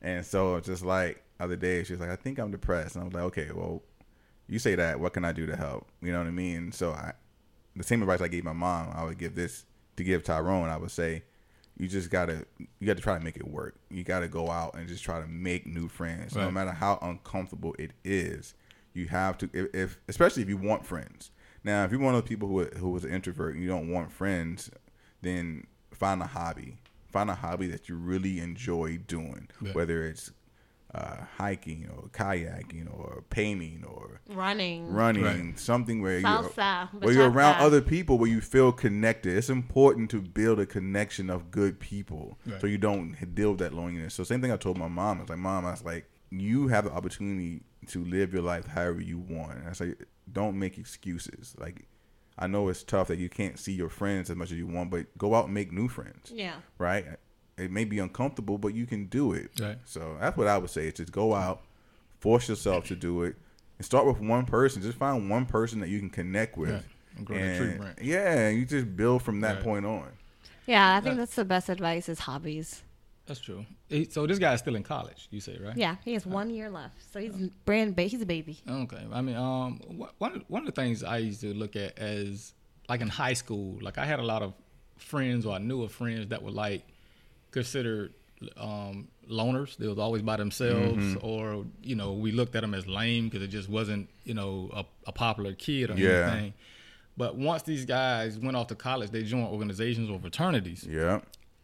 Speaker 5: and so it's just like other day she was like i think i'm depressed and i was like okay well you say that what can i do to help you know what i mean so i the same advice i gave my mom i would give this to give tyrone i would say you just gotta you gotta try to make it work you gotta go out and just try to make new friends no
Speaker 4: Right.
Speaker 5: matter how uncomfortable it is you have to if, if especially if you want friends now if you're one of those people who, who was an introvert and you don't want friends then find a hobby find a hobby that you really enjoy doing
Speaker 4: Yeah.
Speaker 5: whether it's uh, hiking or kayaking or painting or
Speaker 3: Running.
Speaker 5: running
Speaker 4: Right.
Speaker 5: something where
Speaker 3: Salsa,
Speaker 5: you're, where you're around
Speaker 3: bachata.
Speaker 5: other people where you feel connected it's important to build a connection of good people
Speaker 4: Right.
Speaker 5: so you don't deal with that loneliness so same thing i told my mom i was like mom i was like you have the opportunity to live your life however you want and i say don't make excuses like i know it's tough that you can't see your friends as much as you want but go out and make new friends
Speaker 3: Yeah.
Speaker 5: right? It may be uncomfortable, but you can do it.
Speaker 4: Right.
Speaker 5: So that's what I would say: is just go out, force yourself to do it, and start with one person. Just find one person that you can connect with.
Speaker 4: Right. And grow that tree
Speaker 5: And-
Speaker 4: branch.
Speaker 5: Yeah, and you just build from that
Speaker 4: Right.
Speaker 5: point on.
Speaker 3: Yeah, I think that's the best advice is hobbies.
Speaker 4: That's true. He- So this guy's still in college, you say, right?
Speaker 3: Yeah, he has one year left, so he's brand. Ba- he's a baby.
Speaker 4: Okay. I mean, um, wh- one of- one of the things I used to look at as like in high school, like I had a lot of friends or I knew of friends that were like considered um, loners. They was always by themselves, or you know, we looked at them as lame because it just wasn't you know a, a popular kid or
Speaker 5: Yeah.
Speaker 4: anything. But once these guys went off to college, they joined organizations or fraternities
Speaker 5: Yeah.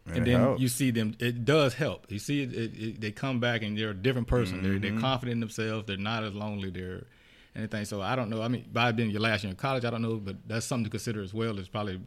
Speaker 4: and
Speaker 5: it
Speaker 4: then
Speaker 5: helps.
Speaker 4: you see them it does help you see it, it, it they come back and they're a different person they're,
Speaker 5: Mm-hmm.
Speaker 4: they're confident in themselves they're not as lonely they're anything so i don't know i mean by being your last year in college i don't know but that's something to consider as well is probably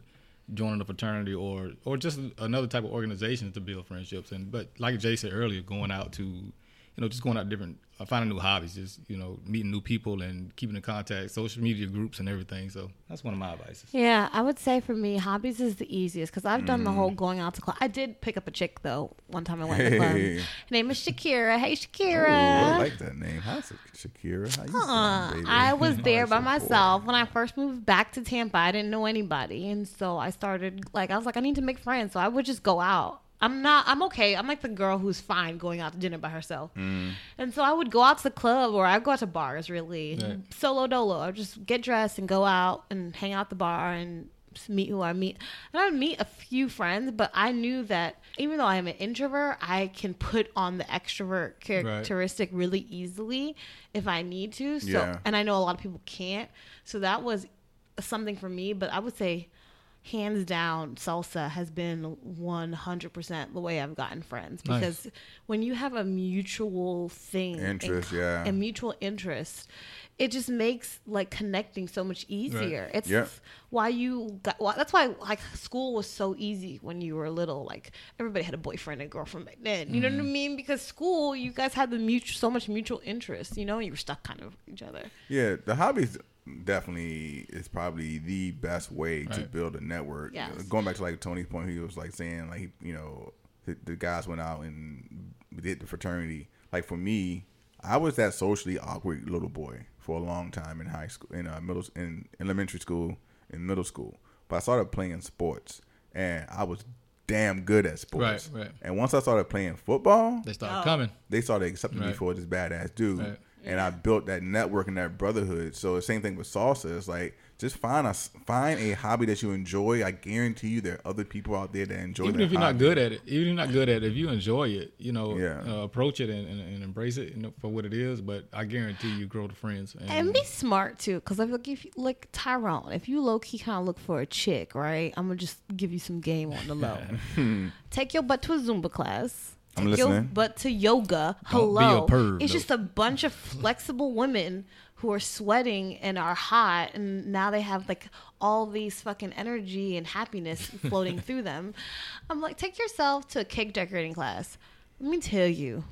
Speaker 4: joining a fraternity or or just another type of organization to build friendships and but like jay said earlier going out to you know just going out different uh, finding new hobbies just you know meeting new people and keeping in contact social media groups and everything so that's one of my advices
Speaker 3: Yeah, I would say for me, hobbies is the easiest because I've done the whole going out to club. I did pick up a chick though one time I went to the club.
Speaker 5: Hey.
Speaker 3: Her name is Shakira. Hey,
Speaker 5: Ooh, I
Speaker 3: Shakira.
Speaker 5: like that name. How's it, Shakira? How you
Speaker 3: Uh,
Speaker 5: doing, baby?
Speaker 3: I was there by
Speaker 5: so cool.
Speaker 3: myself when I first moved back to Tampa. I didn't know anybody, and so I started like I was like I need to make friends, so I would just go out. I'm not. I'm okay. I'm like the girl who's fine going out to dinner by herself, and so I would go out to the club or I would go out to bars really
Speaker 4: Right.
Speaker 3: solo dolo. I would just get dressed and go out and hang out at the bar and just meet who I meet. And I would meet a few friends, but I knew that even though I am an introvert, I can put on the extrovert characteristic really easily if I need to. So,
Speaker 5: Yeah.
Speaker 3: and I know a lot of people can't. So that was something for me, but I would say hands down salsa has been 100% the way I've gotten friends
Speaker 4: Nice.
Speaker 3: because when you have a mutual thing in
Speaker 5: Interest,
Speaker 3: co-
Speaker 5: yeah.
Speaker 3: and mutual interest it just makes like connecting so much easier it's
Speaker 5: Yep.
Speaker 3: why you got why that's why like school was so easy when you were little like everybody had a boyfriend and girlfriend back then you know what i mean because school you guys had the mutual so much mutual interest you know you were stuck kind of with each other
Speaker 5: Yeah, the hobbies definitely is probably the best way to
Speaker 4: Right.
Speaker 5: build a network.
Speaker 3: Yes.
Speaker 5: Going back to like Tony's point, he was like saying like he- you know the, the guys went out and did the fraternity. Like for me, I was that socially awkward little boy for a long time in high school, in uh, middle, in elementary school, in middle school. But I started playing sports, and I was damn good at sports.
Speaker 4: Right, right.
Speaker 5: And once I started playing football,
Speaker 4: they start coming
Speaker 5: they started accepting me
Speaker 4: Right.
Speaker 5: for this badass dude.
Speaker 4: Right.
Speaker 5: And I built that network and that brotherhood. So the same thing with salsa. It's like just find a find a hobby that you enjoy. I guarantee you there are other people out there that enjoy.
Speaker 4: even
Speaker 5: that
Speaker 4: if you're not
Speaker 5: hobby.
Speaker 4: good at it, even if you're not good at it, if you enjoy it, you know,
Speaker 5: Yeah.
Speaker 4: uh, approach it and, and, and embrace it you know, for what it is. But I guarantee you grow the friends. And,
Speaker 3: And
Speaker 5: Mm.
Speaker 3: be smart too, because I feel like if you, like Tyrone, if you low key kind of look for a chick, right? I'm gonna just give you some game on the low. Take your butt to a Zumba class.
Speaker 5: I'm
Speaker 3: Take your
Speaker 5: listening.
Speaker 3: butt to yoga.
Speaker 4: Don't be a
Speaker 3: Hello,
Speaker 4: perv,
Speaker 3: it's
Speaker 4: though.
Speaker 3: just a bunch of flexible women who are sweating and are hot, and now they have like all these fucking energy and happiness floating through them. I'm like, take yourself to a cake decorating class. Let me tell you.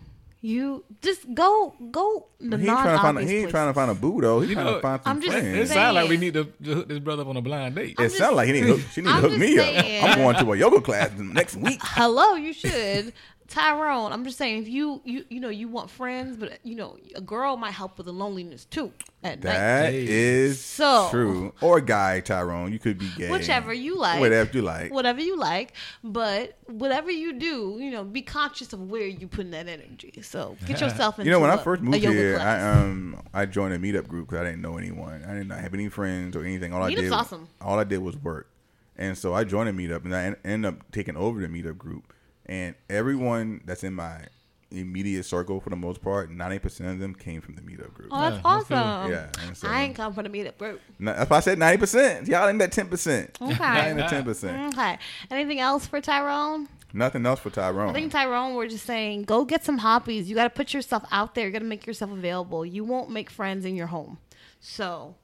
Speaker 3: You just go go the
Speaker 5: He ain't
Speaker 3: non
Speaker 5: trying to find. A,
Speaker 3: obvious
Speaker 5: he ain't trying to find a boo though. He's trying
Speaker 4: know,
Speaker 5: to find some
Speaker 3: I'm just
Speaker 5: friends.
Speaker 4: it
Speaker 3: saying-
Speaker 4: sounds like we need to, to hook this brother up on a blind date.
Speaker 5: it sounds like he need to hook, she need to
Speaker 3: I'm
Speaker 5: hook
Speaker 3: just
Speaker 5: me
Speaker 3: saying.
Speaker 5: up. I'm going to a yoga class next week.
Speaker 3: hello you should Tyrone, I'm just saying, if you you you know you want friends, but you know a girl might help with the loneliness too at night.
Speaker 5: That
Speaker 4: Hey.
Speaker 5: is
Speaker 3: So-
Speaker 5: true. Or guy, Tyrone. You could be gay.
Speaker 3: Whichever you like,
Speaker 5: Whatever you like.
Speaker 3: whatever you like, but whatever you do, you know, be conscious of where you putting that energy. So get yourself into
Speaker 5: You know, when
Speaker 3: I
Speaker 5: I first moved
Speaker 3: a yoga
Speaker 5: here,
Speaker 3: class.
Speaker 5: I um I joined a meetup group because I didn't know anyone. I did not have any friends or anything. All I
Speaker 3: Meetup's
Speaker 5: did,
Speaker 3: awesome.
Speaker 5: all I did was work, and so I joined a meetup, and I en- ended up taking over the meetup group. And everyone that's in my immediate circle, for the most part, ninety percent of them came from the meetup group.
Speaker 3: oh, that's
Speaker 4: Yeah, that's good.
Speaker 3: awesome.
Speaker 5: Yeah, and so-
Speaker 3: I ain't come from the meetup group.
Speaker 5: N- That's why I said ninety percent. Y'all in that ten percent.
Speaker 3: Okay.
Speaker 5: Nine to ten percent.
Speaker 3: Okay. Anything else for Tyrone?
Speaker 5: Nothing else for Tyrone.
Speaker 3: I think Tyrone, we're just saying, go get some hobbies. You got to put yourself out there. You got to make yourself available. You won't make friends in your home. So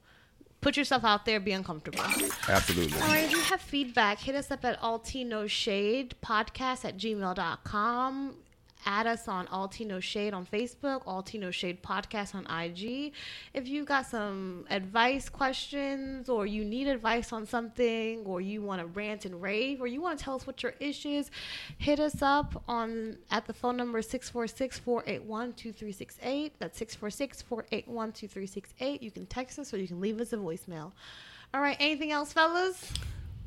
Speaker 3: put yourself out there. Be uncomfortable.
Speaker 5: Absolutely.
Speaker 3: All right, if you have feedback, hit us up at altinoshadepodcast at gmail.com. Add us on Altino Shade on Facebook, Altino Shade Podcast on IG. If you've got some advice questions, or you need advice on something, or you want to rant and rave, or you want to tell us what your issue is, hit us up on at the phone number 646 481 2368. That's 646 481 2368. You can text us or you can leave us a voicemail. All right. Anything else, fellas?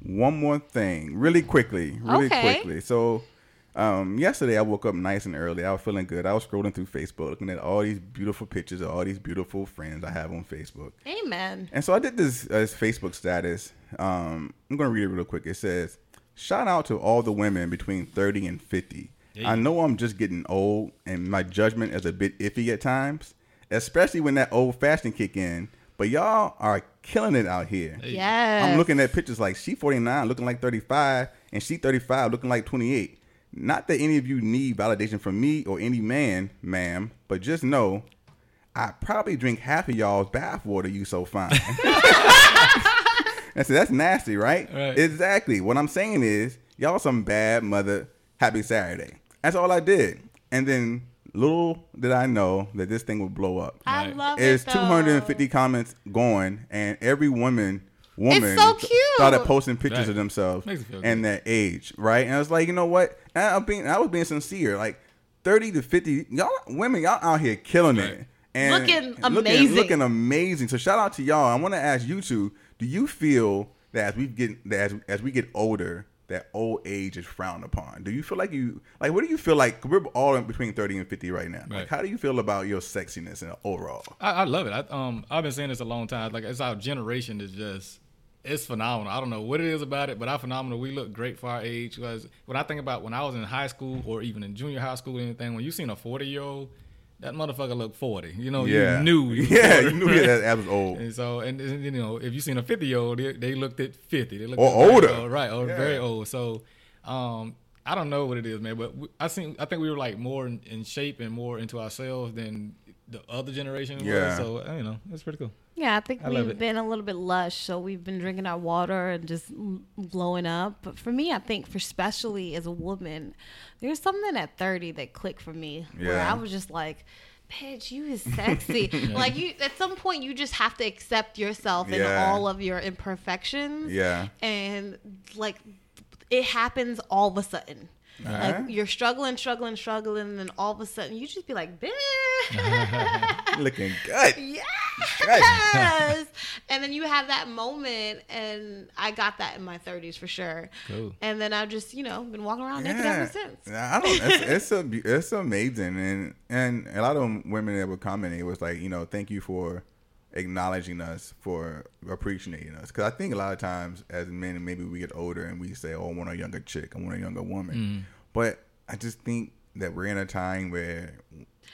Speaker 5: one more thing really quickly really
Speaker 3: Okay.
Speaker 5: quickly so um, yesterday i woke up nice and early i was feeling good i was scrolling through facebook looking at all these beautiful pictures of all these beautiful friends i have on facebook
Speaker 3: Amen.
Speaker 5: and so i did this, uh, this facebook status um, i'm gonna read it real quick it says shout out to all the women between 30 and 50 i know i'm just getting old and my judgment is a bit iffy at times especially when that old fashion kick in but y'all are killing it out here
Speaker 3: Yes.
Speaker 5: I'm looking at pictures like she 49 looking like 35 and she 35 looking like 28. Not that any of you need validation from me or any man, ma'am, but just know I probably drink half of y'all's bath water you so fine. I said, that's nasty, right?
Speaker 4: Right.
Speaker 5: Exactly. What I'm saying is, y'all some bad mother. Happy Saturday. That's all I did. And then little did I know that this thing would blow up
Speaker 3: I
Speaker 4: Right.
Speaker 3: love
Speaker 5: is
Speaker 3: it. though.
Speaker 5: 250 comments going, and every woman woman
Speaker 3: It's so cute.
Speaker 5: started posting pictures
Speaker 4: Right.
Speaker 5: of themselves
Speaker 4: Makes it feel
Speaker 5: and their age, right? And I was like, you know what? And I'm being, I was being sincere. Like 30 to 50, y'all women, y'all out here killing it. And
Speaker 3: Looking amazing.
Speaker 5: looking amazing. So shout out to y'all. I want to ask you two: Do you feel that as we get that as, as we get older, that old age is frowned upon? Do you feel like you like? What do you feel like? We're all in between thirty and fifty right now. Like,
Speaker 4: Right.
Speaker 5: how do you feel about your sexiness and overall?
Speaker 4: I, I love it. I, um, I've been saying this a long time. Like, it's our generation is just, it's phenomenal. I don't know what it is about it, but our phenomenal. We look great for our age. Because when I think about when I was in high school or even in junior high school or anything, when you seen a forty year old, that motherfucker looked forty. Oh, You know, you knew. he was
Speaker 5: yeah,
Speaker 4: 40,
Speaker 5: you knew
Speaker 4: right?
Speaker 5: yeah, that app was old.
Speaker 4: And so, and, and, you know, if you seen a fifty year old, they, they looked at fifty, they looked
Speaker 5: Or
Speaker 4: at very
Speaker 5: older.
Speaker 4: old, right? Or very
Speaker 5: Yeah.
Speaker 4: old. So, um, I don't know what it is, man. But we, I think I think we were like more in, in shape and more into ourselves than the other generation. was.
Speaker 5: Yeah.
Speaker 4: So uh, you know, it's pretty cool.
Speaker 3: Yeah, I think
Speaker 4: I love
Speaker 3: we've
Speaker 4: it.
Speaker 3: been a little bit lush, so we've been drinking our water and just m- blowing up. But for me, I think, for especially as a woman, there's something at 30 that clicked for me where
Speaker 5: Yeah.
Speaker 3: I was just like, bitch, you is sexy. Like you, at some point, you just have to accept yourself and
Speaker 5: Yeah.
Speaker 3: all of your imperfections.
Speaker 5: Yeah.
Speaker 3: and like it happens all of a sudden. Like
Speaker 5: Alright.
Speaker 3: you're struggling, struggling, struggling, and then all of a sudden you just be like, "Bitch,
Speaker 5: Looking good. Right.
Speaker 3: yes!" and then you have that moment, and I got that in my 30s for sure.
Speaker 4: Cool.
Speaker 3: And then I've just, you know, been walking around naked
Speaker 5: Yeah.
Speaker 3: ever since.
Speaker 5: Nah, I don't. It's, it's a. be- It's amazing, and and a lot of women that were commenting was like, you know, thank you for acknowledging us, for appreciating us, because I think a lot of times as men, maybe we get older and we say, oh, I want a younger chick, I want a younger woman,
Speaker 4: Mm.
Speaker 5: but I just think that we're in a time where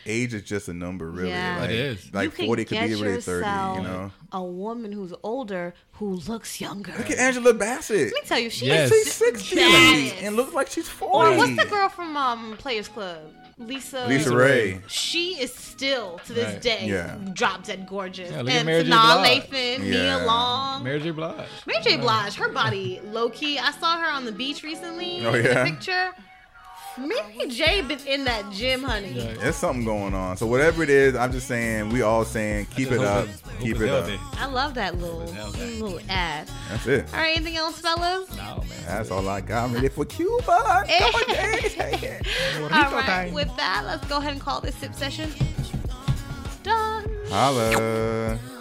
Speaker 5: age is just a number, really.
Speaker 3: Yeah. It
Speaker 5: Like,
Speaker 4: is.
Speaker 5: Like
Speaker 3: you can
Speaker 5: forty could
Speaker 3: get
Speaker 5: be really thirty.
Speaker 3: yourself
Speaker 5: You know.
Speaker 3: a woman who's older who looks younger.
Speaker 5: Look at Angela
Speaker 3: Let
Speaker 5: Bassett.
Speaker 3: me tell you, she
Speaker 4: Yes.
Speaker 5: She's
Speaker 3: is
Speaker 5: 60
Speaker 3: badass.
Speaker 5: and looks like she's 40.
Speaker 3: Or what's the girl from um, Players Club? Lisa.
Speaker 5: Lisa Ray.
Speaker 3: She is still to this
Speaker 4: Right.
Speaker 3: day
Speaker 5: Yeah.
Speaker 3: drop dead gorgeous.
Speaker 4: Yeah, look at
Speaker 3: and
Speaker 4: Mary J.
Speaker 3: Sanaa
Speaker 4: Blige.
Speaker 3: Lathan,
Speaker 5: Yeah.
Speaker 3: Nia Long. Mary,
Speaker 4: Mary J. Blige.
Speaker 3: J. Blige, her body low key. I saw her on the beach recently.
Speaker 5: Oh,
Speaker 3: in
Speaker 5: yeah?
Speaker 3: a picture. Mary J been in that gym, honey.
Speaker 4: Yeah.
Speaker 5: There's something going on. So whatever it is, I'm just saying we all saying keep it
Speaker 4: hope
Speaker 5: up,
Speaker 4: it- hope
Speaker 5: keep
Speaker 4: it's
Speaker 5: it up.
Speaker 4: healthy.
Speaker 3: I love that little
Speaker 4: Now that-
Speaker 3: little ad.
Speaker 5: That's it.
Speaker 3: All right, anything else, fellas?
Speaker 4: Nah, man.
Speaker 5: That's all I got. I'm ready for Cuba. Come on, Jay, take it.
Speaker 3: All right, with that, let's go ahead and call this sip session done.
Speaker 5: Holla.